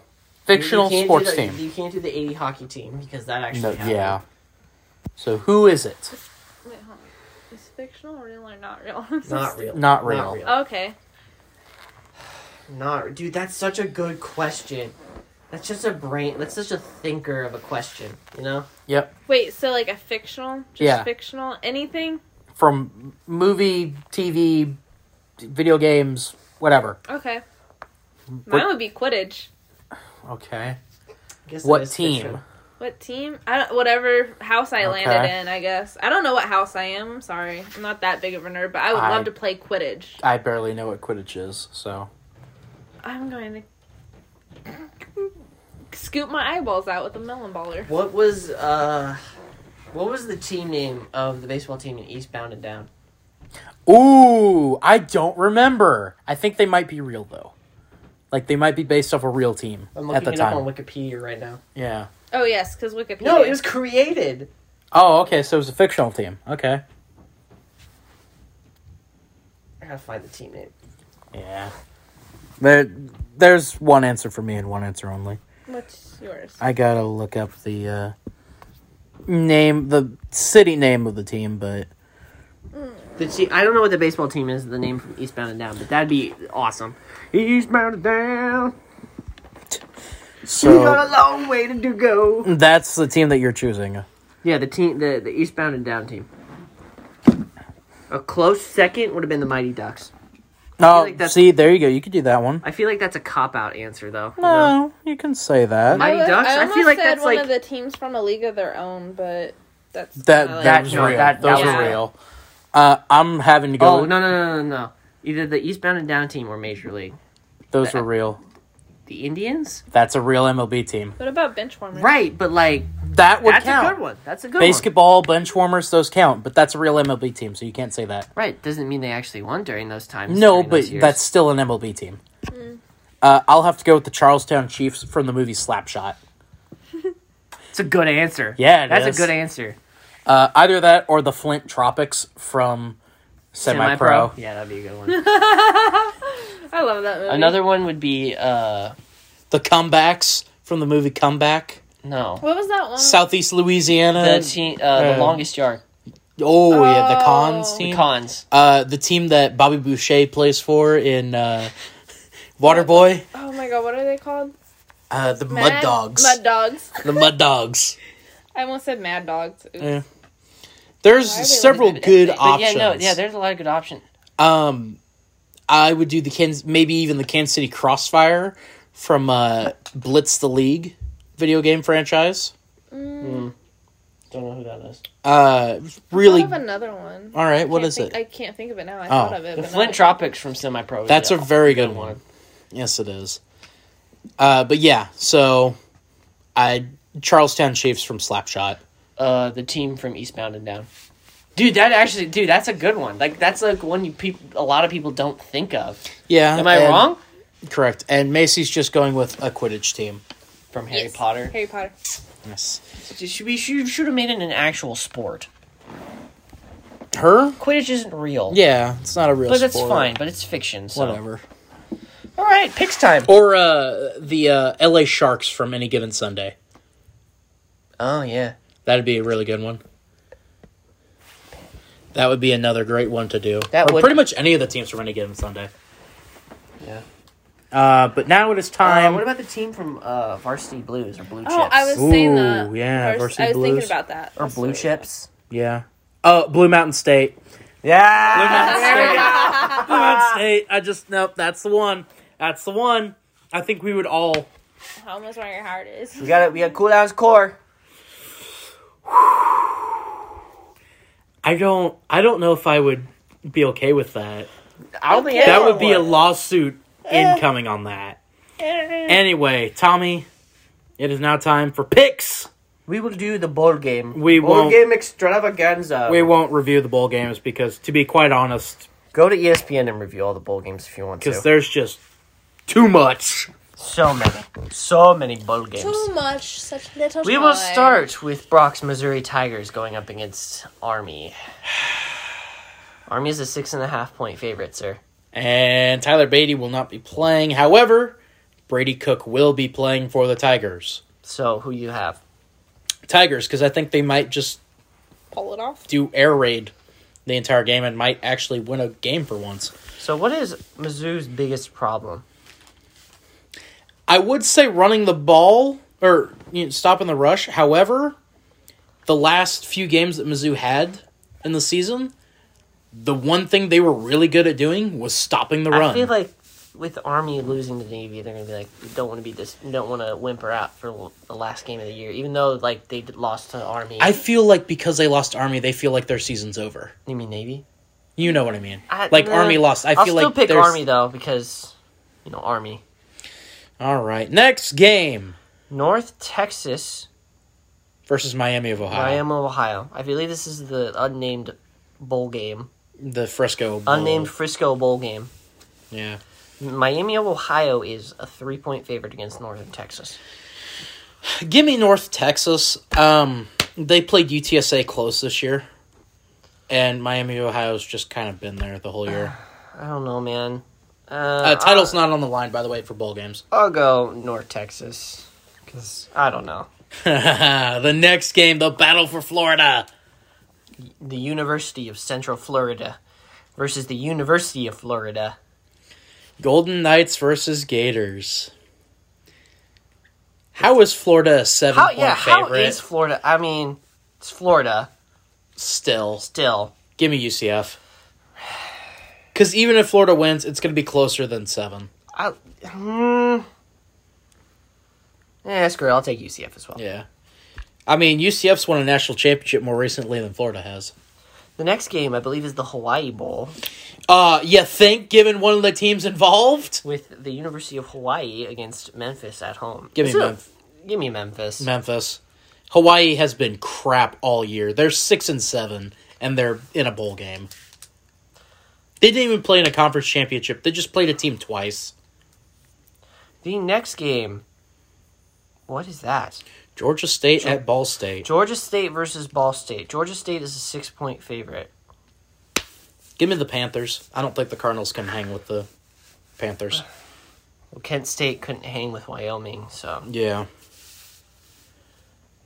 C: You- you
D: fictional
C: can't do
D: sports
C: the-
D: team.
C: You can't do the eighty hockey team because that actually.
D: No,
C: happened.
D: yeah. So who is it?
B: Wait, hold on. Is fictional real or not real? <laughs>
C: Not real.
D: Not real.
C: Oh.
B: Okay.
C: Not dude. That's such a good question. That's just a brain. That's such a thinker of a question. You know.
D: Yep.
B: Wait, so like a fictional? Just
D: Yeah.
B: fictional? Anything?
D: From movie, TV, video games, whatever.
B: Okay. Mine
D: What-
B: would be Quidditch.
D: Okay.
C: I guess that
D: What
C: is
D: team?
C: fictional.
B: What team? I don't, whatever house I
D: Okay.
B: landed in, I guess. I don't know what house I am. I'm sorry. I'm not that big of a nerd, but I would
D: I-
B: love to play Quidditch.
D: I barely know what Quidditch is, so.
B: I'm going to scoop my eyeballs out with a melon baller.
C: What was uh, what was the team name of the baseball team in Eastbound and Down?
D: Ooh, I don't remember. I think they might be real though. Like they might be based off a real team
C: I'm
D: at
C: looking
D: the
C: it
D: time.
C: up on Wikipedia right now.
D: yeah.
B: Oh yes, because Wikipedia.
C: No, it was created.
D: Oh, okay. So it was a fictional team. Okay.
C: I gotta find the team name.
D: Yeah. There, there's one answer for me and one answer only.
B: What's yours?
D: I gotta look up the uh, name, the city name of the team, but
C: The team. I don't know what the baseball team is. The name from Eastbound and Down, but that'd be awesome. Eastbound and Down. we got
D: so
C: a long way to do go.
D: that's the team that you're choosing.
C: Yeah, the team, the, the Eastbound and Down team. A close second would have been the Mighty Ducks.
D: Oh,
C: like that's-
D: see, there you go. You could do that one.
C: I feel like that's a cop out answer, though. you know?
D: No, you can say that.
C: Mighty
B: I, was,
C: Ducks?
B: I
C: I
B: almost
C: feel like
B: said
C: that's
B: one
C: like-
B: of the teams from a league of their own, but that's
D: That
B: kinda like,
D: that was
C: no,
D: real.
C: that-
D: Those
C: that
D: are
C: was
D: real. Uh, I'm having to go.
C: Oh no no no no no! Either the Eastbound and Down team or Major League.
D: Those were real.
C: The Indians.
D: That's a real MLB team.
B: What about benchwarmers?
C: Right, but like
D: That would
C: that's
D: count.
C: a good one. That's a good one.
D: Basketball, bench warmers, those count, but that's a real MLB team, so you can't say that.
C: Right, doesn't mean they actually won during those times.
D: No,
C: during
D: but
C: those years.
D: that's still an MLB team.
B: Hmm.
D: Uh, I'll have to go with the Charlestown Chiefs from the movie Slapshot.
C: it's a good answer.
D: Yeah, it
C: that's
D: is.
C: a good answer.
D: Uh, either that or the Flint Tropics from Semi Pro.
C: Yeah, that'd be a good
D: <laughs>
C: one.
B: <laughs> I love that movie.
C: Another one would be uh
D: The Comebacks from the movie Comeback.
C: no
B: What was that one?
D: Southeast Louisiana.
C: the team uh,
D: Um, uh,
C: the longest yard
D: oh, yeah, the
B: Oh.
D: Cons
B: The
D: team.
C: the cons.
D: uh, the team that Bobby Boucher plays for in uh, Waterboy.
B: oh my god, what are they called?
D: Uh, the Mud
B: Mad-
D: Dogs.
B: Mud Dogs.
D: the Mud Dogs.
B: I almost said Mad Dogs. Oops.
D: Yeah. There's
B: Why are they
D: several
B: limited at
D: good
B: that?
C: But
D: options.
C: yeah, no, yeah, there's a lot of good options.
D: um, I would do the Kansas, maybe even the Kansas City Crossfire from uh, Blitz the League video game franchise.
C: Don't know who that is.
D: Uh,
B: I
D: really.
B: have another one.
D: All right, what
B: Can't
D: is
B: think-
D: it?
B: I can't think of it now. I
D: Oh.
B: thought of it.
C: The
B: but
C: Flint
B: now-
C: Tropics from Semi Pro.
D: That's a very good one. Yes, it is. Uh, but yeah, so I Charlestown Chiefs from Slapshot.
C: Uh, the team from Eastbound and Down. Dude, that actually, dude, that's a good one. Like that's like one you peop a lot of people don't think of.
D: Yeah,
C: Am I
D: Uh, and-
C: wrong?
D: Correct. And Macy's just going with a Quidditch team.
C: From Harry
B: Yes.
C: Potter.
B: Harry Potter.
D: Yes.
C: Should we should, should have made it an actual sport.
D: Her?
C: Quidditch isn't real.
D: Yeah, it's not a real.
C: but that's
D: sport.
C: fine. But it's fiction. So.
D: Whatever.
C: All right, picks time.
D: Or uh, the uh, L.A. Sharks from any given Sunday.
C: Oh yeah.
D: That'd be a really good one. That would be another great one to do.
C: That
D: or
C: would-
D: pretty much any of the teams from any given Sunday.
C: Yeah.
D: Uh, but now it is
C: Uh,
D: time.
C: what about the team from uh, Varsity Blues or Blue Chips?
B: Oh, I was saying
D: Ooh,
B: that.
D: yeah,
B: first.
D: Varsity
B: I was
D: Blues.
B: thinking about that.
C: or
B: <laughs>
C: Blue Chips.
D: yeah. Oh, Blue Mountain State. Yeah. Blue <laughs> Mountain
B: <laughs>
C: Ah!
D: State. Blue Mountain State. I just nope. That's the one. That's the one. I think we would all.
B: I almost where your heart is.
C: We got it. We got Cool House Core.
D: I don't. I don't know if I would be okay with that.
C: I don't think
D: That
C: anyone
D: would be a
C: would.
D: lawsuit incoming on that. Anyway, Tommy, it is now time for picks.
C: We will do the bowl game.
D: We
C: bowl
D: won't-
C: game extravaganza.
D: We won't review the bowl games because, to be quite honest,
C: Go to E ESPN and review all the bowl games if you want
D: because
C: to.
D: there's just too much.
C: So many, so many bowl games.
B: Too much, such little.
C: We will start with Brock's Missouri Tigers going up against Army. Army is a six and a half point favorite, sir.
D: And Tyler Beatty will not be playing. However, Brady Cook will be playing for the Tigers.
C: So who you have?
D: Tigers, because I think they might just
B: Pull it off.
D: do air raid the entire game and might actually win a game for once.
C: So what is Mizzou's biggest problem?
D: I would say running the ball or you know, stopping the rush. However, the last few games that Mizzou had in the season, the one thing they were really good at doing was stopping the run.
C: I feel like with Army losing to Navy, they're gonna be like, we don't want to be this, we don't want to whimper out for the last game of the year, even though like they lost to Army.
D: I feel like because they lost Army, they feel like their season's over.
C: you mean Navy?
D: You know what I mean?
C: I-
D: like
C: nah,
D: Army lost. I
C: I'll
D: feel
C: still
D: like
C: pick
D: there's-
C: Army though because you know Army.
D: All right, next game
C: North Texas,
D: versus Miami of Ohio,
C: Miami, Ohio. I believe this is the unnamed bowl game,
D: the Fresco Bowl.
C: unnamed Frisco bowl game.
D: Yeah,
C: Miami of Ohio is a three-point favorite against Northern Texas.
D: give me North Texas. Um, they played UTSA close this year, and Miami of Ohio's just kind of been there the whole year.
C: I don't know, man. <sighs> Uh,
D: Uh, title's
C: I'll,
D: not on the line, by the way, for bowl games. <laughs>
C: I'll go North Texas because I don't know.
D: the next game, the battle for Florida.
C: the University of Central Florida versus the University of Florida.
D: Golden Knights versus Gators. How is Florida a seven
C: How
D: point
C: yeah, how
D: favorite?
C: is Florida? I mean, it's Florida
D: Still,
C: still.
D: give me UCF. Because even if Florida wins, it's going to be closer than seven.
C: I hmm. Yeah, screw it. I'll take UCF as well.
D: Yeah. I mean, UCF's won a national championship more recently than Florida has.
C: The next game, I believe, is the Hawaii Bowl
D: Uh, you think, given one of the teams involved?
C: with the University of Hawaii against Memphis at home.
D: Give me
C: So,
D: Memph-
C: Give me Memphis.
D: Memphis. Hawaii has been crap all year. They're six and seven, and they're in a bowl game. They didn't even play in a conference championship. They just played a team twice.
C: the next game. What is that?
D: Georgia State at Ball State.
C: Georgia State versus Ball State. Georgia State is a six-point favorite.
D: Give me the Panthers. I don't think the Cardinals can hang with the Panthers.
C: Well, Kent State couldn't hang with Wyoming, so
D: Yeah.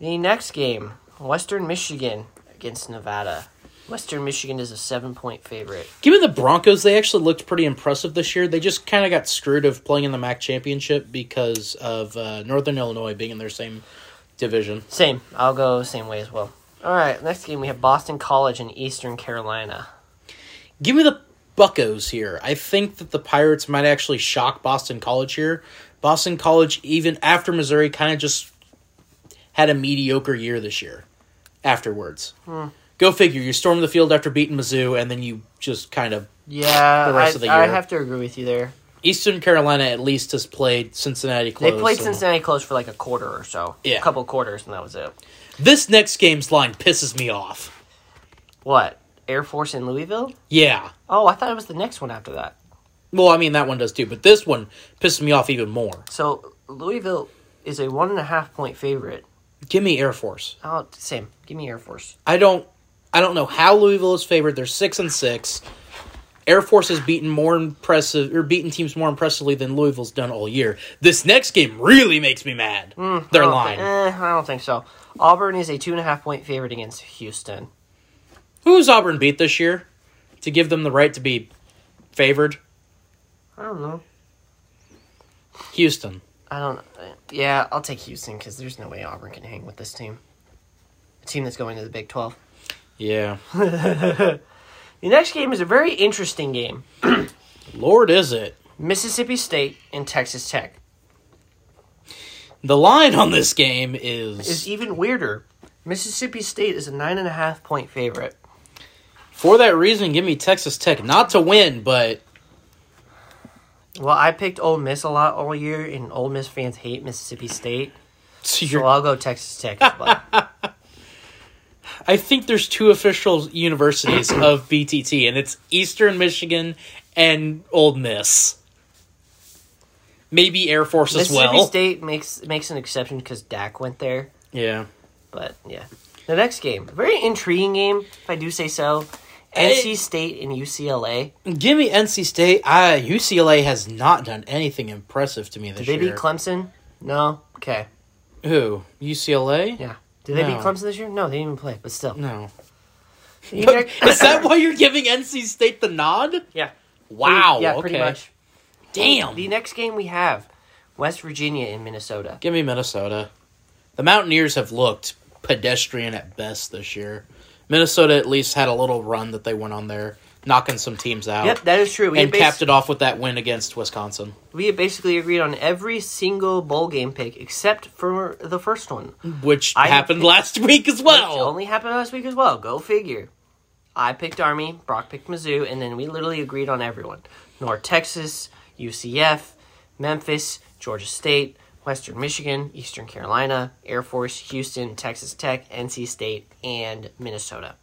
C: The next game, Western Michigan against Nevada. Western Michigan is a seven point favorite.
D: Given the Broncos, they actually looked pretty impressive this year. They just kind of got screwed of playing in the MAC championship because of uh, Northern Illinois being in their same division.
C: Same. I'll go same way as well. All right, next game we have Boston College and Eastern Carolina.
D: Give me the Buckos here. I think that the Pirates might actually shock Boston College here Boston College, even after Missouri, kind of just had a mediocre year this year afterwards.
C: Hmm.
D: Go figure. You storm the field after beating Mizzou, and then you just kind of.
C: Yeah,
D: The rest
C: I,
D: of the
C: I
D: year.
C: have to agree with you there.
D: Eastern Carolina at least has played Cincinnati close.
C: They played
D: so-
C: Cincinnati close for like a quarter or so.
D: Yeah.
C: A couple quarters, and that was it.
D: This next game's line pisses me off.
C: What? Air Force in Louisville?
D: Yeah.
C: Oh, I thought it was the next one after that.
D: Well, I mean, that one does too, but this one pisses me off even more.
C: So Louisville is a one and a half point favorite.
D: Give me Air Force.
C: Oh, same. Give me Air Force.
D: I don't I don't know how Louisville is favored. They're six and six. Air Force has beaten more impressive or beaten teams more impressively than Louisville's done all year. This next game really makes me mad. Their
C: I don't
D: line.
C: thi- eh, I don't think so. Auburn is a two and a half point favorite against Houston.
D: Who's Auburn beat this year to give them the right to be favored?
C: I don't know.
D: Houston.
C: I don't. eh, Yeah, I'll take Houston because there's no way Auburn can hang with this team. A team that's going to the Big Twelve.
D: Yeah.
C: The next game is a very interesting game.
D: Lord is it.
C: Mississippi State and Texas Tech
D: The line on this game is,
C: is even weirder. Mississippi State is a nine and a half point favorite.
D: for that reason give me Texas Tech not to win, but <laughs>
C: Well, I picked Ole Miss a lot all year, and Ole Miss fans hate Mississippi State, so
D: you're
C: I'll go Texas Tech. as well.
D: I think there's two official universities <clears throat> of BTT, and it's Eastern Michigan and Old Miss. Maybe Air Force <laughs> as
C: Mississippi
D: well.
C: State makes makes an exception because Dak went there,
D: Yeah.
C: but yeah. The next game, very intriguing game, if I do say so. NC State and UCLA.
D: Give me NC State. I, UCLA has not done anything impressive to me this
C: Did they
D: year.
C: beat Clemson? No. Okay.
D: Who? UCLA?
C: Yeah. Did they beat
D: No.
C: Clemson this year? No, they didn't even play, but still.
D: No. <laughs>
C: The next-
D: Is <laughs> that why you're giving NC State the nod?
C: Yeah.
D: Wow.
C: Yeah,
D: okay.
C: pretty much.
D: Damn.
C: The next game we have West Virginia and Minnesota.
D: Give me Minnesota. The Mountaineers have looked pedestrian at best this year. Minnesota at least had a little run that they went on there, knocking some teams out.
C: Yep, that is true. We,
D: and
C: bas-
D: capped it off with that win against Wisconsin.
C: we basically agreed on every single bowl game pick except for the first one.
D: Which
C: I
D: happened
C: think-
D: last <laughs> week as well.
C: Which only happened last week as well. Go figure. I picked Army, Brock picked Mizzou, and then we literally agreed on everyone. North Texas, UCF, Memphis, Georgia State, Western Michigan, Eastern Carolina, Air Force, Houston, Texas Tech, NC State, and Minnesota.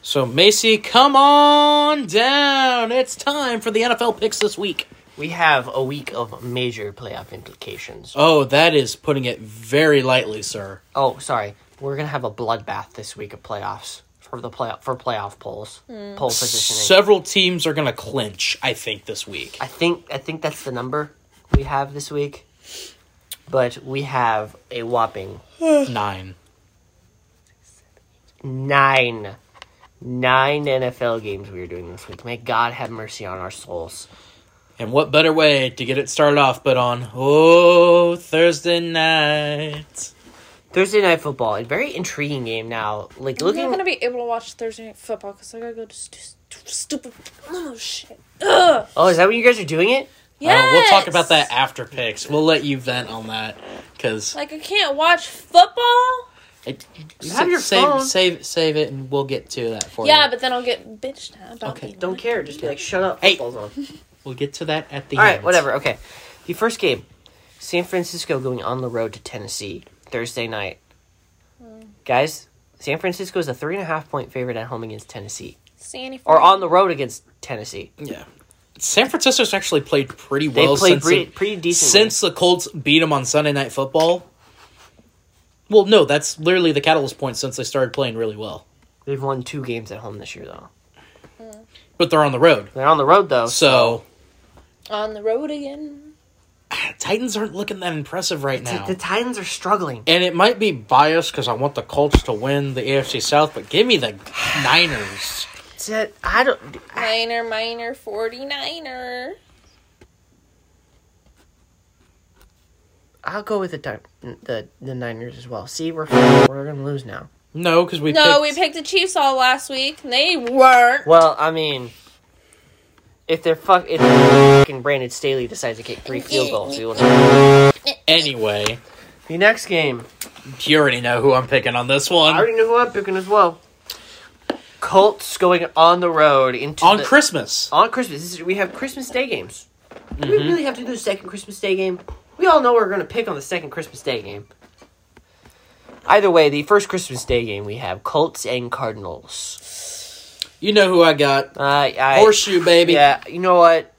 D: So Macy, come on down. It's time for the NFL picks this week.
C: We have a week of major playoff implications.
D: Oh, that is putting it very lightly, sir.
C: Oh, sorry. We're gonna have a bloodbath this week of playoffs for the playoff for playoff polls, poll positioning.
D: Several teams are going to clinch, I think, this week.
C: I think I think that's the number we have this week. But we have a whopping
D: Nine.
C: nine, nine NFL games we are doing this week. May God have mercy on our souls.
D: And what better way to get it started off but on Oh Thursday night?
C: Thursday night football, a very intriguing game now. Like looking,
B: I'm not gonna be able to watch Thursday night football because I gotta go to st- st- stupid oh, shit. Ugh.
C: oh, is that when you guys are doing it?
D: Uh, we'll talk
B: Yes!
D: about that after picks. We'll let you vent on that because
B: Like I can't watch football.
C: have your
D: save
C: phone.
D: save save it and we'll get to that for you.
B: Yeah, but then I'll get bitched at. about
D: Okay.
B: being
C: Don't
B: late.
C: care. Just be like, shut up.
D: Hey.
C: Football's on.
D: We'll get to that at the
C: All
D: end.
C: right, whatever. Okay. The first game San Francisco going on the road to Tennessee Thursday night. Hmm. Guys, San Francisco is a three and a half point favorite at home against Tennessee,
B: Sandy
C: or on the road against Tennessee.
D: Yeah. San Francisco's actually played pretty
C: They
D: well
C: played
D: since
C: pretty,
D: the,
C: pretty decent.
D: since the Colts beat them on Sunday Night Football. Well, no, that's literally the catalyst point since they started playing really well.
C: they've won two games at home this year, though.
D: But they're on the road,
C: They're on the road though.
D: so
B: on the road again.
D: Titans aren't looking that impressive right
C: The,
D: now.
C: the Titans are struggling.
D: and it might be biased because I want the Colts to win the AFC South, but give me the Niners.
C: It's a- I don't.
B: Minor, minor, 49er.
C: I'll go with the Ti- the the Niners as well. See, we're we're gonna lose now.
D: No, because we
B: No,
D: picked,
B: we picked the Chiefs all last week. and They weren't.
C: Well, I mean, If they're fuck, if fucking Brandon Staley decides to kick three field goals, we will know.
D: Anyway,
C: The next game,
D: you already know who I'm picking on this one.
C: I already know who I'm picking as well. Colts going on the road into
D: on
C: the-
D: Christmas.
C: on Christmas. This is, we have Christmas Day games.
D: Mm-hmm.
C: Do we really have to do a second Christmas Day game? We all know we're going to pick on the second Christmas Day game. Either way, the first Christmas Day game we have Colts and Cardinals.
D: You know who I got.
C: Uh, I,
D: Horseshoe, baby.
C: Yeah, you know what?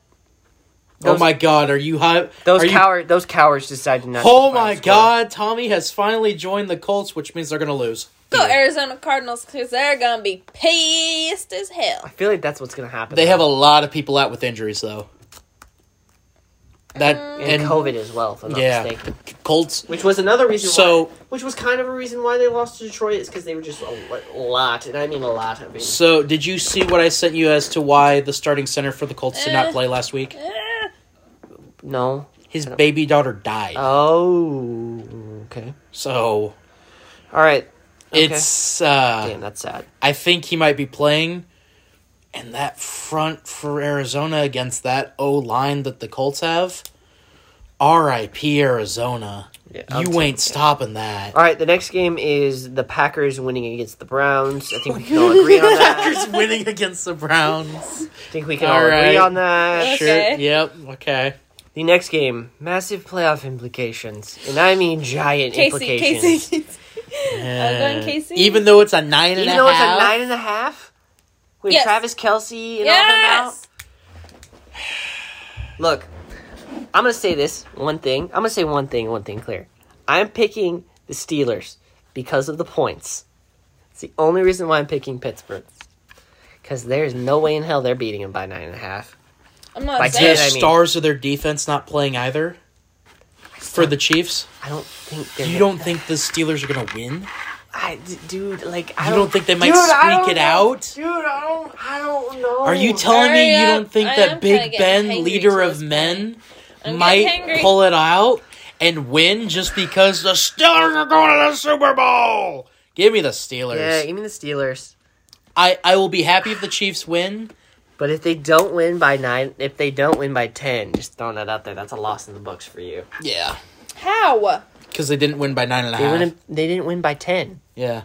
D: oh
C: Those-
D: my god, are you high?
C: Those
D: are you-
C: cowards, those cowards decided not.
D: Oh
C: to
D: my
C: final score.
D: god, Tommy has finally joined the Colts, which means they're going to lose.
B: Go Arizona Cardinals because they're gonna be pissed as hell.
C: I feel like that's what's going to happen.
D: They have a lot of people out with injuries, though. That
C: and,
D: and,
C: COVID as well, if I'm not
D: yeah,
C: mistaken.
D: Colts.
C: Which was another reason.
D: So-
C: why, which was kind of a reason why they lost to Detroit is because they were just a lo- lot, and I mean a lot of. injuries.
D: So, did you see what I sent you as to why the starting center for the Colts did
B: Eh.
D: not play last week?
B: Eh,
C: No.
D: His baby daughter died.
C: Oh. Okay.
D: so
C: All right. Okay.
D: it's. Uh,
C: Damn, that's sad.
D: I think he might be playing. And that front for Arizona against that O line that the Colts have, R.I.P. Arizona.
C: Yeah,
D: you ain't stopping
C: <laughs>
D: that.
C: All right, the next game is the Packers winning against the Browns. I think we can all
B: <laughs>
C: agree on that.
D: Packers winning against the Browns.
C: I think we can all,
D: All right.
C: agree on that.
B: Sure. Okay.
D: Yep. Okay.
C: The next game, massive playoff implications, and I mean giant
B: Casey,
C: implications.
B: Casey,
D: Uh,
B: going Casey?
D: Even though it's a nine and
C: Even
D: a
C: though it's
D: half,
C: a nine and a half, with
B: Yes.
C: Travis Kelsey and all them
B: yes.
C: out. Look, I'm gonna say this one thing. I'm gonna say one thing. One thing clear. I'm picking the Steelers because of the points. It's the only reason why I'm picking Pittsburgh. Because there's no way in hell they're beating them by nine and a half.
B: I'm not
C: By
D: the
B: saying.
C: ten. I mean.
D: stars of their defense not playing either for the Chiefs.
C: I don't think they're.
D: You don't think the Steelers are gonna win?
C: I, d- dude, like I
D: You
C: don't,
D: don't think they might
C: Dude, I
D: squeak
C: don't
D: it
C: know.
D: out?
C: Dude, I don't. I don't know.
D: Are you telling me
B: Oh, Hurry
D: you
B: up.
D: don't think
B: I
D: that
B: am kinda
D: Big
B: getting
D: Ben,
B: hangry
D: leader
B: to
D: of
B: this
D: men,
B: I'm getting
D: might
B: hangry.
D: pull it out and win just because the Steelers are going to the Super Bowl? Give me the Steelers.
C: Yeah, give me the Steelers.
D: I, I will be happy if the Chiefs win.
C: But if they don't win by nine, if they don't win by ten, just throwing that out there, that's a loss in the books for you.
D: Yeah.
B: How?
D: Because they didn't win by nine and a
C: They
D: half.
C: wouldn't. They didn't win by ten.
D: Yeah.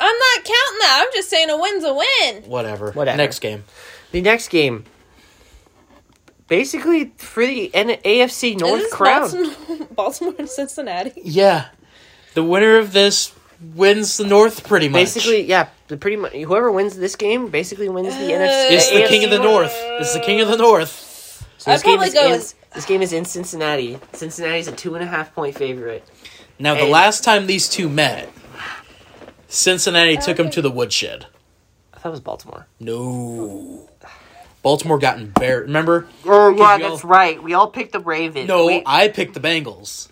B: I'm not counting that. I'm just saying a win's a win.
D: Whatever.
C: Whatever.
D: Next game.
C: The next game, basically for the N- AFC North
B: Is this
C: crown.
B: Baltimore, <laughs> Baltimore and
D: <laughs>
B: Cincinnati.
D: Yeah. The winner of this wins the North pretty much.
C: Basically, yeah, the pretty much whoever wins this game basically wins the NFC.
B: Uh,
D: It's the
C: AFC
D: king of the North. It's the king of the North.
C: So this
B: I'd probably
C: game is
B: go
C: in-
B: with-
C: this game is in Cincinnati. Cincinnati's a two and a half point favorite.
D: Now, the
C: And-
D: last time these two met, Cincinnati took them
B: think-
D: to the woodshed.
C: I thought it was Baltimore.
D: No. <sighs> Baltimore got embarrassed. Remember?
C: Oh yeah,
D: we all-
C: that's right. We all picked the Ravens.
D: No,
C: Wait,
D: I picked the Bengals.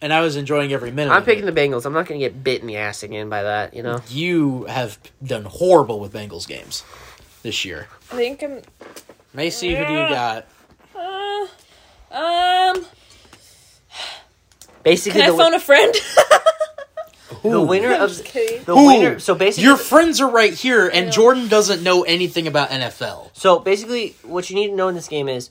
D: And I was enjoying every minute.
C: I'm
D: of it.
C: picking the Bengals. I'm not going to get bit in the ass again by that. You know,
D: You have done horrible with Bengals games this year.
B: I think I'm.
D: Macy, who do you got?
B: Uh, um.
C: basically
B: Can I
C: the,
B: phone a friend? <laughs>
C: the winner of
B: Just kidding.
C: the
D: Who?
C: winner. So basically,
D: Your friends are right here, and Jordan doesn't know anything about NFL.
C: so basically, what you need to know in this game is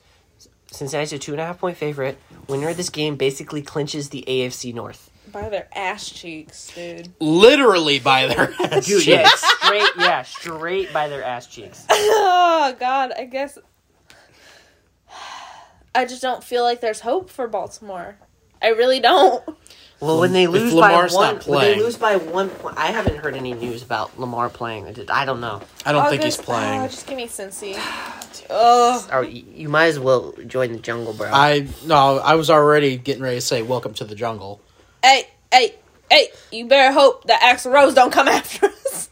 C: Cincinnati's a two and a half point favorite. Winner of this game basically clinches the AFC North.
B: By their ass cheeks, dude.
D: Literally by their
C: <laughs>
D: ass
C: Dude,
D: cheeks.
C: yeah, straight, yeah, straight by their ass cheeks.
B: Oh God, I guess I just don't feel like there's hope for Baltimore. I really don't.
C: Well, when they
D: If
C: lose
D: Lamar's
C: by one,
D: not
C: when they
D: playing.
C: lose by one point, I haven't heard any news about Lamar playing. I did- I don't know.
D: I don't think he's
B: August-
D: playing.
B: Oh, just give me <sighs> Cincy. Oh,
C: Or y- you might as well join the jungle, bro.
D: I no, I was already getting ready to say "Welcome to the Jungle."
B: hey, hey, hey! You better hope that Axl Rose don't come <laughs> after us.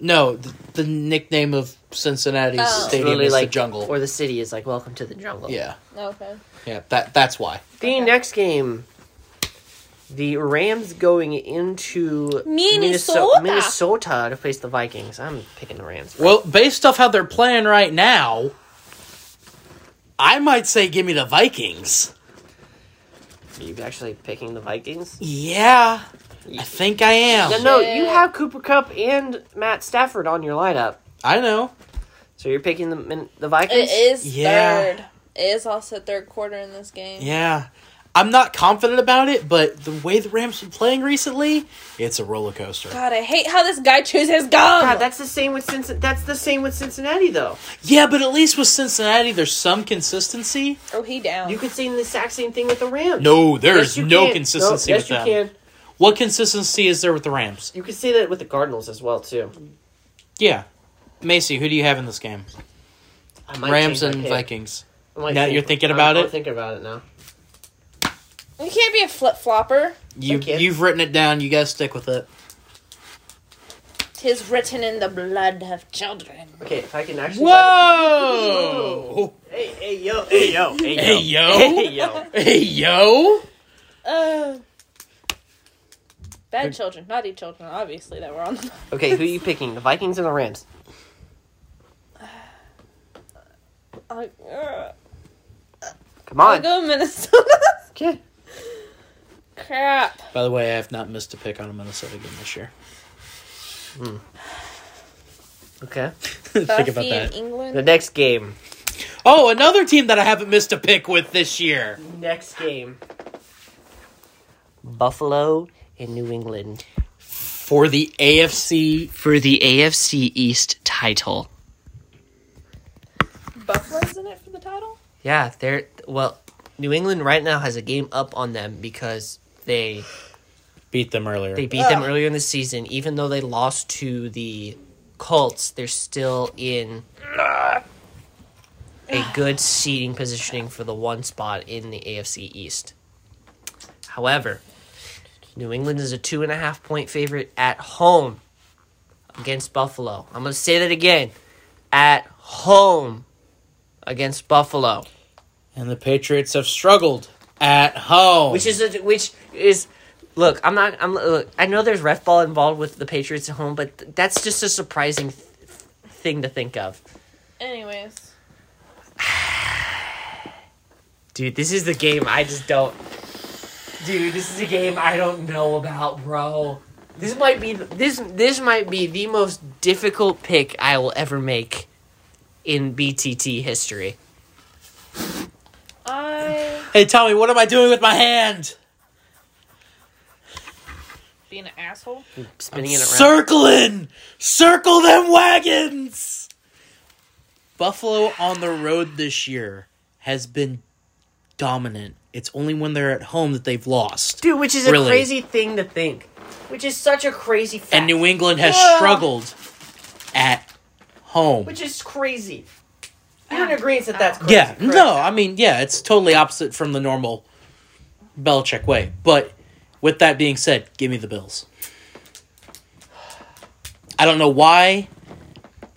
D: No, the, the nickname of Cincinnati's
B: Oh.
D: stadium
C: Literally,
D: is
C: like
D: the Jungle.
C: or the city is like welcome to the jungle.
D: yeah,
B: Okay.
D: yeah, that that's why.
C: The next game, the Rams going into
B: Minnesota.
C: Minneso- Minnesota to face the Vikings. I'm picking the Rams.
D: Well, based off how they're playing right now, I might say give me the Vikings.
C: Are you actually picking the Vikings?
D: Yeah, I think I am.
C: No, no,
B: Shit.
C: you have Cooper Cup and Matt Stafford on your lineup.
D: I know.
C: So you're picking the Min- the Vikings.
B: It is
D: Yeah.
B: third. It is also third quarter in this game.
D: Yeah. I'm not confident about it, but the way the Rams have been playing recently, it's a roller coaster.
B: God, I hate how this guy chews his gum.
C: God, that's the same with Cincinnati. That's the same with Cincinnati, though.
D: Yeah, but at least with Cincinnati, there's some consistency.
B: oh, he down.
C: You could say the exact same thing with the Rams.
D: No,
C: Yes,
D: there's
C: you
D: no
C: can.
D: consistency
C: No,
D: with
C: yes,
D: them.
C: you can.
D: What consistency is there with the Rams?
C: You can say that with the Cardinals as well too.
D: Yeah. Macy, who do you have in this game?
C: I might change
D: Rams
C: my
D: and
C: pick.
D: Vikings.
C: I might
D: Now
C: change-
D: you're thinking
C: I'm-
D: about
C: I'm
D: it?
C: thinking about it now.
B: you can't be a flip flopper.
D: You
C: Okay.
D: you've written it down, you gotta stick with it.
B: Tis written in the blood of children.
C: Okay, if I can actually.
D: Whoa!
C: Hey, hey, yo, hey, yo, hey, yo,
D: Hey
C: Hey,
D: yo!
C: yo.
D: Hey yo!
B: Uh, bad children, naughty children, obviously, that were on the. <laughs>
C: Okay, who are you picking? The Vikings or the Rams?
B: I'll, uh,
C: Come
B: I'll
C: on.
B: go Minnesota. <laughs>
C: Okay.
B: Crap.
D: By the way, I have not missed a pick on a Minnesota game this year. <laughs>
C: Okay.
D: Think
B: Buffy
D: about
B: and
D: that.
C: The
B: England.
C: next game.
D: Oh, another team that I haven't missed a pick with this year.
C: Next game. Buffalo in New England.
D: For the AFC
E: For the AFC East title.
B: Buffalo's in it for the title?
C: Yeah, they're well. New England right now has a game up on them because they
D: beat them earlier.
C: they beat them earlier in the season. Even though they lost to the Colts, they're still in a good seeding positioning for the one spot in the AFC East. However, New England is a two and a half point favorite at home against Buffalo. I'm going to say that again. At home against Buffalo.
D: and the Patriots have struggled at home.
C: which is a, which is look i'm not i'm look i know there's ref ball involved with the patriots at home but th- that's just a surprising th- thing to think of
B: Anyways.
C: dude this is the game i just don't dude this is a game i don't know about bro this might be th- this this might be the most difficult pick i will ever make in btt history
D: <laughs>
B: I.
D: hey Tommy, what am I doing with my hand?
B: Being an asshole?
D: Hmm.
C: spinning it around
D: Circling, circle them wagons. Buffalo on the road this year has been dominant. It's only when they're at home that they've lost.
C: dude which is a
D: Really.
C: crazy thing to think which is such a crazy fact
D: And New England has
C: Yeah.
D: struggled at home.
C: which is crazy. You're in agreement that that's crazy.
D: Yeah,
C: correct?
D: no, I mean, yeah, it's totally opposite from the normal Belichick way. But with that being said, give me the Bills. I don't know why.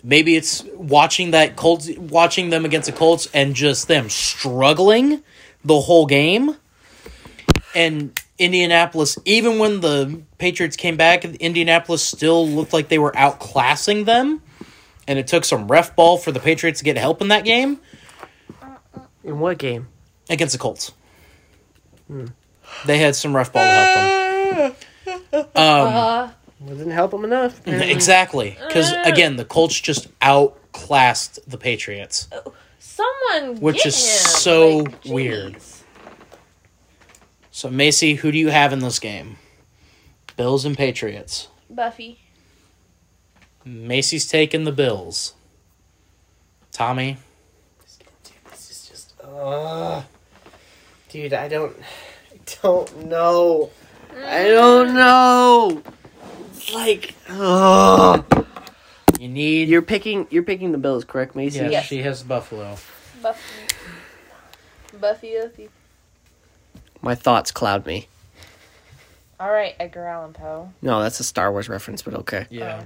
D: Maybe it's watching that Colts, watching them against the Colts, and just them struggling the whole game. And Indianapolis, even when the Patriots came back, Indianapolis still looked like they were outclassing them. And it took some ref ball for the Patriots to get help in that game
C: In what game?
D: against the Colts. They had some rough ball to help them.
B: Uh,
C: Didn't help him enough.
D: Um, exactly, because again, the Colts just outclassed the Patriots.
B: someone.
D: Which
B: get
D: is
B: him.
D: so
B: Like, jeez.
D: weird. So Macy, who do you have in this game? Bills and Patriots.
B: Buffy.
D: Macy's taking the Bills. Tommy,
C: This is just, uh, dude, I don't, I don't know. I don't know. It's like, uh,
D: you need
C: you're picking, you're picking the Bills, correct, Macy?
D: Yeah,
B: Yes.
D: she has Buffalo.
B: Buffy. Buffy, Buffy.
C: My thoughts cloud me.
B: Alright, Edgar Allan Poe.
C: No, that's a Star Wars reference, but okay.
D: Yeah.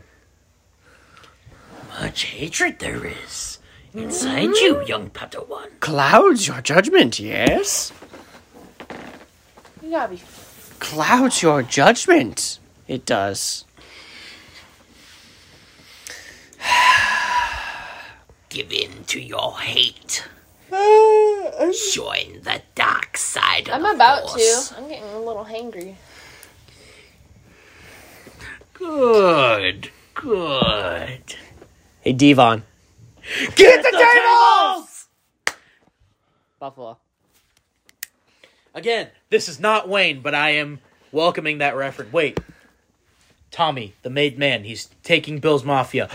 C: Much hatred there is inside you, young Padawan. Clouds your judgment, yes.
B: You gotta be
C: clouds your judgment. It does. <sighs> Give in to your hate.
D: Uh,
C: Join the dark side.
B: I'm about to. I'm getting a little hangry.
C: Good, good. Hey, Devon.
D: Get the tables!
F: Buffalo.
D: Again, this is not Wayne, but I am welcoming that reference. Wait. Tommy, the made man, he's taking Bill's Mafia.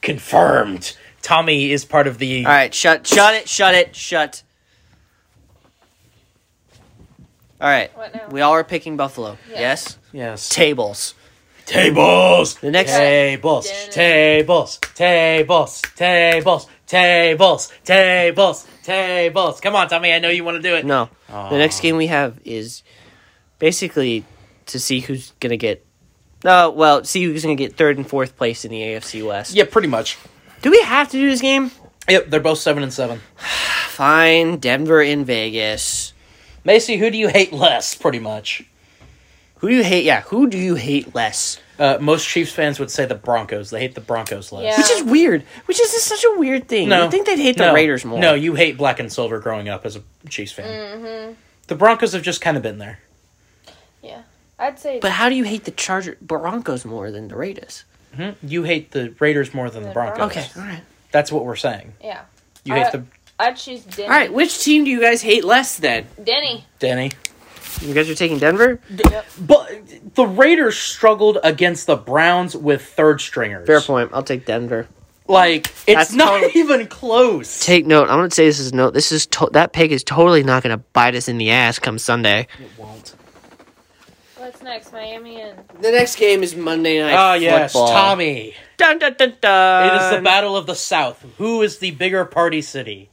D: Confirmed. Tommy is part of the.
C: All right, shut, shut it, shut it, shut. All right.
B: What now?
C: We all are picking Buffalo.
B: Yeah.
C: Yes.
D: Yes.
C: Tables.
D: Tables!
C: The next.
D: Tables,
B: Dinner.
D: tables, tables, tables, tables, tables, tables. Come on, Tommy, I know you want to do it.
C: No.
D: Aw.
C: The next game we have is basically to see who's gonna get. No, well, see who's gonna get third and fourth place in the AFC West.
D: Yeah, pretty much.
C: Do we have to do this game?
D: Yep, they're both seven and seven.
C: Fine, Denver in Vegas.
D: Macy, who do you hate less? Pretty much.
C: Who do you hate? Yeah, who do you hate less?
D: Uh, most Chiefs fans would say the Broncos. They hate the Broncos less.
B: Yeah.
C: Which is weird. Which is just such a weird thing.
D: No,
C: You'd think they'd hate the
D: no,
C: Raiders more.
D: No, you hate black and silver growing up as a Chiefs fan.
B: Mm-hmm.
D: The Broncos have just kind of been there.
B: Yeah. I'd say
C: But how do you hate the Charger Broncos more than the Raiders?
D: Mm-hmm. You hate the Raiders more than the,
B: The
D: Broncos.
B: Broncos.
C: Okay, all right.
D: That's what we're saying.
B: yeah.
D: You hate
B: Uh,
D: the
B: I'd choose Denny.
C: All right, which team do you guys hate less then?
B: Denny.
D: Denny.
C: You guys are taking Denver?
D: But the Raiders struggled against the Browns with third stringers.
C: Fair point. I'll take Denver.
D: Like it's
C: That's
D: not
C: totally-
D: <laughs> even close.
C: Take note. I'm going to say this is note. This is to- that pig is totally not going to bite us in the ass come Sunday.
D: It won't.
B: What's next? Miami and
C: The next game is Monday night.
D: Ah yes, Tommy.
C: Dun, dun, dun,
D: It
C: dun.
D: is the Battle of the South. Who is the bigger party city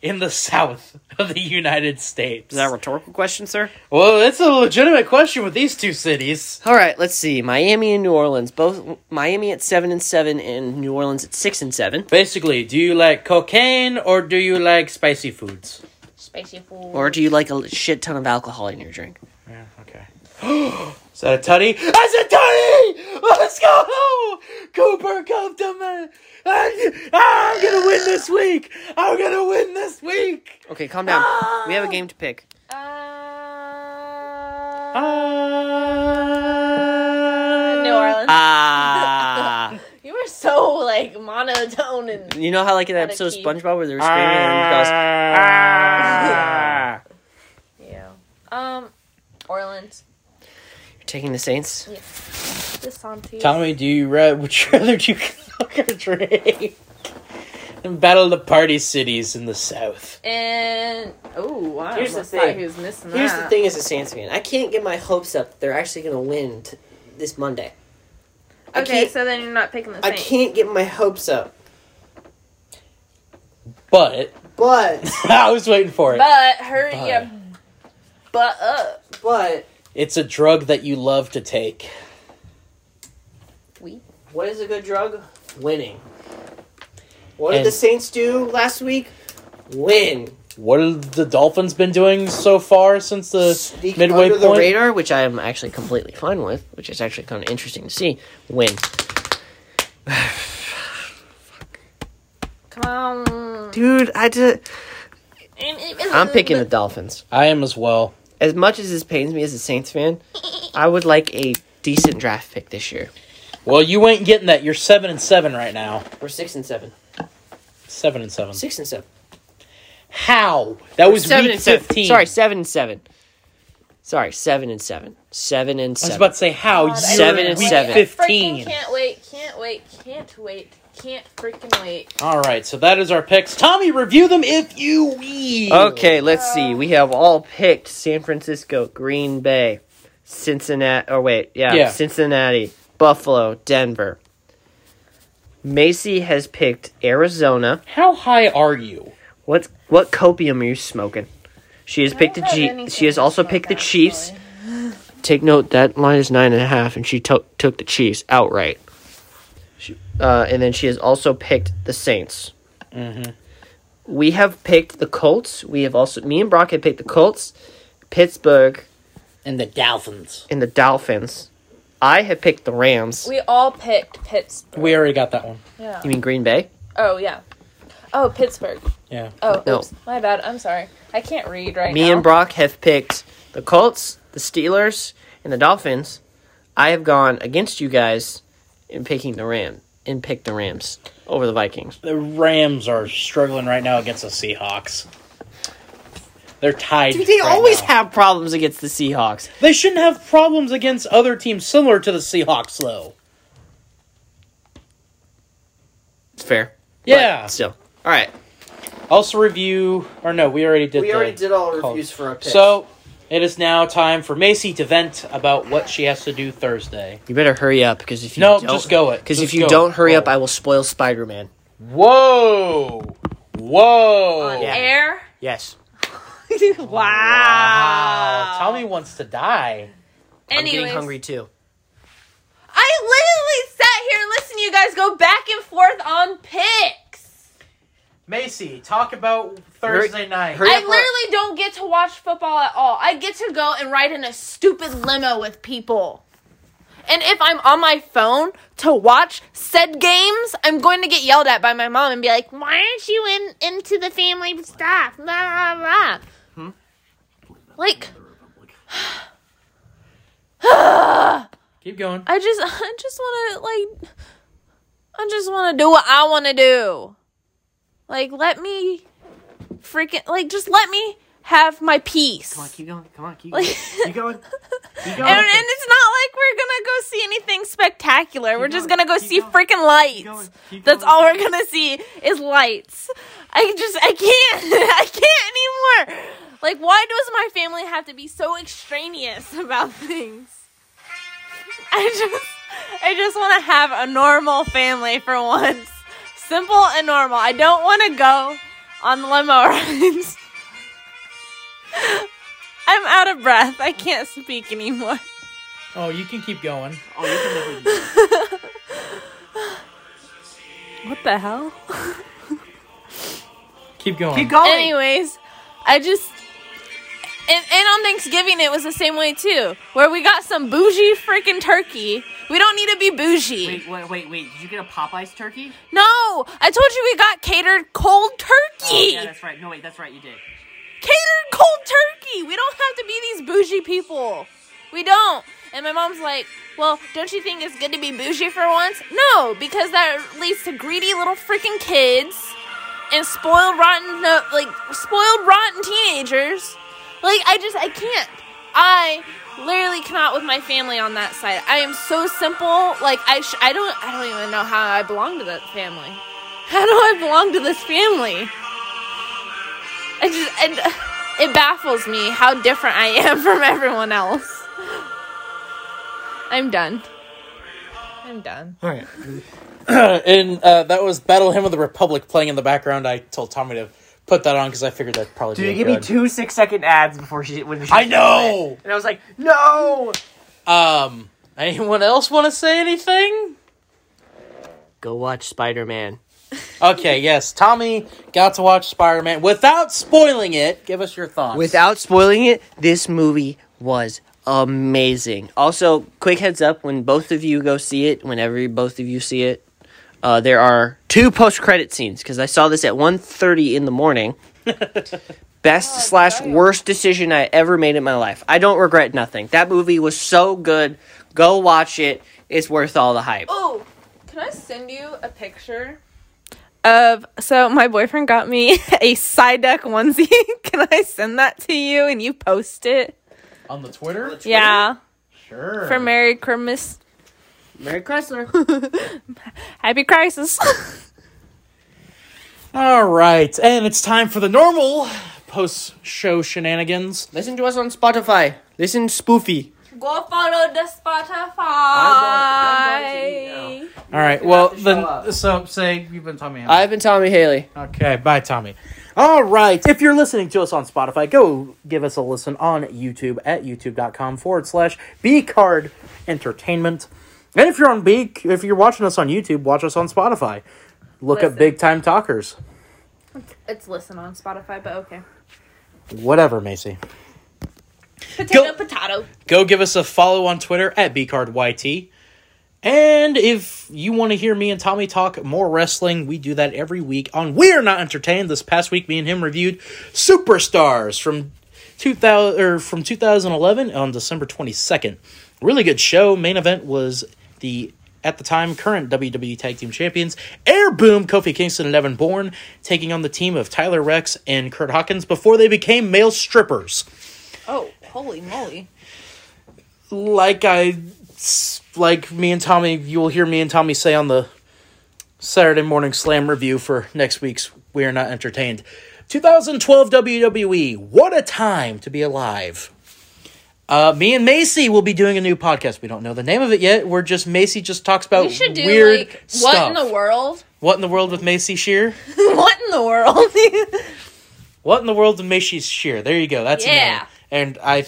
D: in the <laughs> South of the United States?
C: Is that a rhetorical question, sir?
D: well, it's a legitimate question with these two cities.
C: All right, let's see. Miami and New Orleans. Both Miami at seven and seven, and New Orleans at six and seven.
D: Basically, do you like cocaine or do you like spicy foods?
B: Spicy Fool.
C: Or do you like a shit ton of alcohol in your drink?
D: Yeah, okay. <gasps> Is that a tutty? That's a tutty! Let's go! Cooper Cup to me! I'm, I'm gonna win this week! I'm gonna win this week! Ah!
C: Okay, calm down. We have a game to pick.
B: Uh,
D: Ah.
B: New Orleans.
C: Uh, Ah, <laughs>
B: you were so like monotone and
C: you know how like in that
B: Gotta
C: episode of
B: keep-
C: SpongeBob where they were screaming and it
D: Ah.
B: yeah. Um, Orleans.
C: goes, "Taking the Saints."
B: The Santi.
D: <laughs> Tommy, do you ra- would you rather do coke or drink? And battle the party cities in the south.
B: And oh wow,
C: Here's the
B: looks like
C: thing.
B: he was missing
C: Here's
B: that.
C: the thing as a Saints fan, I can't get my hopes up that they're actually going to win t- this Monday. I
B: Okay,
C: can't-
B: so then you're not picking the
C: I
B: Saints.
C: can't get my hopes up.
D: But <laughs>
C: But,
D: I was waiting for it.
B: But hurry
D: But.
B: your butt up.
C: but,
D: It's a drug that you love to take.
B: We
C: what is a good drug? Winning. What did
D: And-
C: the Saints do last week? Win.
D: What have the Dolphins been doing so far since the
C: Sneak
D: midway
C: under
D: point?
C: the radar, which I am actually completely fine with, which is actually kind of interesting to see. Win.
B: come on.
C: Dude, I just, I'm picking the Dolphins.
D: I am as well.
C: As much as this pains me as a Saints fan, I would like a decent draft pick this year.
D: Well, you ain't getting that. You're seven and seven right now.
C: We're six and seven.
D: Seven and seven.
C: Six and seven.
D: How? That was
C: seven
D: week
C: and seven.
D: fifteen.
C: Sorry, seven and seven. Sorry, seven and seven. Seven and
D: I was
C: seven.
D: about to say how.
B: God, I
C: Oh, Seven
B: can't
C: and
B: wait.
C: seven.
B: I freaking
D: 15.
B: Can't wait. Can't wait. Can't wait. Can't freaking wait.
D: All right, so that is our picks. Tommy, review them if you will.
C: okay, let's see. We have all picked San Francisco, Green Bay, Cincinnati. Or wait, yeah,
D: Yeah.
C: Cincinnati, Buffalo, Denver. Macy has picked Arizona.
D: How high are you?
C: What what copium are you smoking? She has picked the
B: have
C: G-
B: anything
C: She has
B: to
C: also
B: smoke
C: picked the
B: out,
C: Chiefs. Take note that line is nine and a half, and she took took the Chiefs outright. She, uh, and then she has also picked the Saints. We have picked the Colts. We have also me and Brock have picked the Colts, Pittsburgh,
D: And the Dolphins.
C: and the Dolphins. I have picked the Rams.
B: We all picked Pittsburgh.
D: We already got that one.
B: Yeah.
C: You mean Green Bay?
B: Oh yeah. Oh Pittsburgh.
D: Yeah.
B: Oh
C: No.
B: oops. My bad. I'm sorry. I can't read right now.
C: Me and Brock have picked the Colts, the Steelers, and the Dolphins. I have gone against you guys in picking the Ram and pick the Rams over the Vikings.
D: The Rams are struggling right now against the Seahawks. They're tied.
C: Dude, <laughs> they
D: right
C: always
D: now.
C: have problems against the Seahawks.
D: They shouldn't have problems against other teams similar to the Seahawks, though.
C: It's fair. But
D: Yeah.
C: still. All right.
D: Also review, or no, we already did.
G: We
D: the-
G: already did all our
D: call.
G: reviews for our picks.
D: So it is now time for Macy to vent about what she has to do Thursday.
C: You better hurry up because if you
D: No,
C: don't,
D: just go it.
C: Because if
D: Just
C: you
D: go
C: don't
D: it.
C: hurry up,
D: Go.
C: I will spoil Spider Man.
D: Whoa! Whoa!
B: on
C: yeah. <laughs>
B: air.
C: Yes.
B: wow.
D: Wow! Tommy wants to die.
B: Anyways,
C: I'm getting hungry too.
B: I literally sat here and listened to you guys go back and forth on picks.
D: Macy, talk about
C: Hurry-
D: Thursday night.
C: hurry-
B: I
C: up, Brooke.
B: literally don't get to watch football at all. I get to go and ride in a stupid limo with people. And if I'm on my phone to watch said games, I'm going to get yelled at by my mom and be like, "Why aren't you in into the family stuff?" Blah blah blah.
C: Hmm?
B: Like,
D: Keep going.
B: I just, <laughs> I just want to like, I just want to do what I want to do. Like, let me freaking like, just let me have my peace.
C: Come on, keep going. Come on, keep going.
B: Like-
C: keep going. Keep going.
B: And, and it's not like we're gonna go see anything spectacular. we're just
C: going,
B: gonna go
C: keep
B: see
C: going,
B: freaking lights.
C: going, keep
B: That's
C: going.
B: all we're gonna see is lights. I just I can't <laughs> I can't anymore. Like why does my family have to be so extraneous <laughs> about things? I just I just wanna have a normal family for once. Simple and normal. I don't wanna go on limo <laughs> rides. I'm out of breath. I can't speak anymore.
D: Oh, you can keep going.
C: Oh, you can never do that.
B: What the hell?
D: Keep going.
C: Keep going.
B: Anyways, I just and, and on Thanksgiving it was the same way too, where we got some bougie freaking turkey. We don't need to be bougie.
C: Wait, wait, wait, wait. Did you get a Popeye's turkey?
B: No, I told you we got catered cold
C: Oh,
B: turkey.
C: yeah, that's right. No, wait, that's right. You did.
B: catered cold turkey. We don't have to be these bougie people. We don't. And my mom's like, well, don't you think it's good to be bougie for once? No, because that leads to greedy little freaking kids and spoiled rotten, no, like, spoiled rotten teenagers. Like, I just, I can't. I literally cannot with my family on that side. I am so simple. Like, I, sh- I don't, I don't even know how I belong to that family. How do I belong to this family? I just, and uh, it baffles me how different I am <laughs> from everyone else. I'm done. I'm done.
D: All right. and uh, that was Battle Hymn of the Republic playing in the background. I told Tommy to put that on because I figured that probably.
C: Dude,
D: be
C: you give me
D: good.
C: two six second ads before she when she <laughs>
D: I know!
C: and I was like, no.
D: Um, anyone else want to say anything?
C: Go watch Spider Man.
D: Okay, yes. Tommy got to watch Spider Man without spoiling it. Give us your thoughts.
C: Without spoiling it, this movie was amazing. Also, quick heads up when both of you go see it, whenever both of you see it, uh, there are two post credit scenes because I saw this at 1.30 in the morning. <laughs> Best slash worst decision I ever made in my life. I don't regret nothing. That movie was so good. Go watch it. It's worth all the hype.
B: Oh, can I send you a picture? Of so my boyfriend got me <laughs> a side duck onesie. <laughs> can I send that to you and you post it?
D: on the Twitter,
B: Yeah.
D: sure.
B: For Merry Christmas. <laughs>
C: Mary Chrysler.
B: Happy Crisis. <laughs>
D: All right, and it's time for the normal post-show shenanigans.
C: Listen to us on Spotify. Listen spoofy.
B: Go follow the Spotify.
C: I'm going-
D: All right. Well,
C: have to show
D: then,
C: up.
D: so say you've been Tommy. Hamilton.
C: I've been Tommy Haley.
D: Okay, bye, Tommy. All right. If you're listening to us on Spotify, go give us a listen on YouTube at youtube.com forward slash B Card Entertainment. And if you're on B, if you're watching us on YouTube, watch us on Spotify. Look
B: Listen.
D: up Big Time Talkers.
B: It's listen on Spotify, but okay.
D: Whatever, Macy.
B: Potato,
D: Go-
B: potato.
D: Go give us a follow on Twitter at BCardYT. And if you want to hear me and Tommy talk more wrestling, we do that every week on We're Not Entertained. This past week, me and him reviewed Superstars from 2000 or from 2011 on December 22nd. Really good show. Main event was the at the time current WWE Tag Team Champions, Air Boom, Kofi Kingston, and Evan Bourne, taking on the team of Tyler Rex and Kurt Hawkins before they became male strippers.
B: Oh, holy moly.
D: Like I, like me and Tommy, you will hear me and Tommy say on the Saturday Morning Slam review for next week's We Are Not Entertained. 2012 WWE, E, what a time to be alive. Uh, me and Macy will be doing a new podcast. We don't know the name of it yet. We're just Macy just talks about
B: We should do
D: Oh, weird
B: like
D: stuff.
B: what in the world? <laughs>
D: What in the world with Macy Shear?
B: what in the world? <laughs>
D: What in the world with Macy Shear? There you go. That's a
B: Yeah.
D: name. And I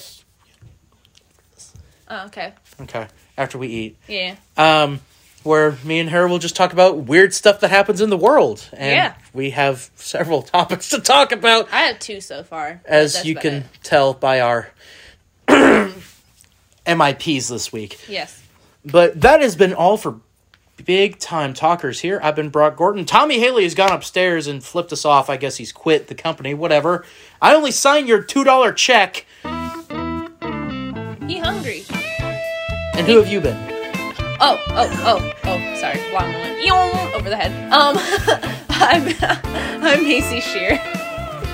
B: oh, okay.
D: okay after we eat,
B: Yeah.
D: um, where me and her will just talk about weird stuff that happens in the world, and
B: Yeah.
D: we have several <laughs> topics to talk about.
B: I have two so far. but
D: as
B: that's
D: you
B: about
D: can
B: it.
D: tell by our <clears throat> MIPs this week.
B: Yes.
D: But that has been all for big time talkers here. I've been Brock Gordon. Tommy Haley has gone upstairs and flipped us off. I guess he's quit the company, whatever. I only signed your $2 check.
B: He hungry.
D: And who have you been?
B: Oh, oh, oh, oh, sorry. Long one. Yong, over the head. Um <laughs> I'm <laughs> I'm Macy Shear.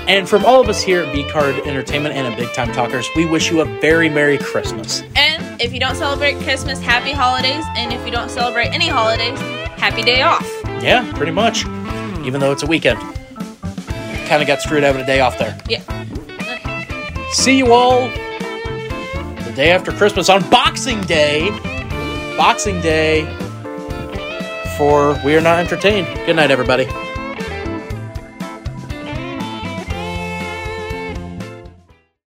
D: And from all of us here at B Card Entertainment and at Big Time Talkers, we wish you a very Merry Christmas.
B: And if you don't celebrate Christmas, happy holidays. And if you don't celebrate any holidays, happy day off.
D: Yeah, pretty much. Even though it's a weekend. Kind of got screwed having a day off there.
B: Yeah.
D: see you all the day after Christmas on Boxing Day. Boxing Day for We Are Not Entertained. Good night, everybody.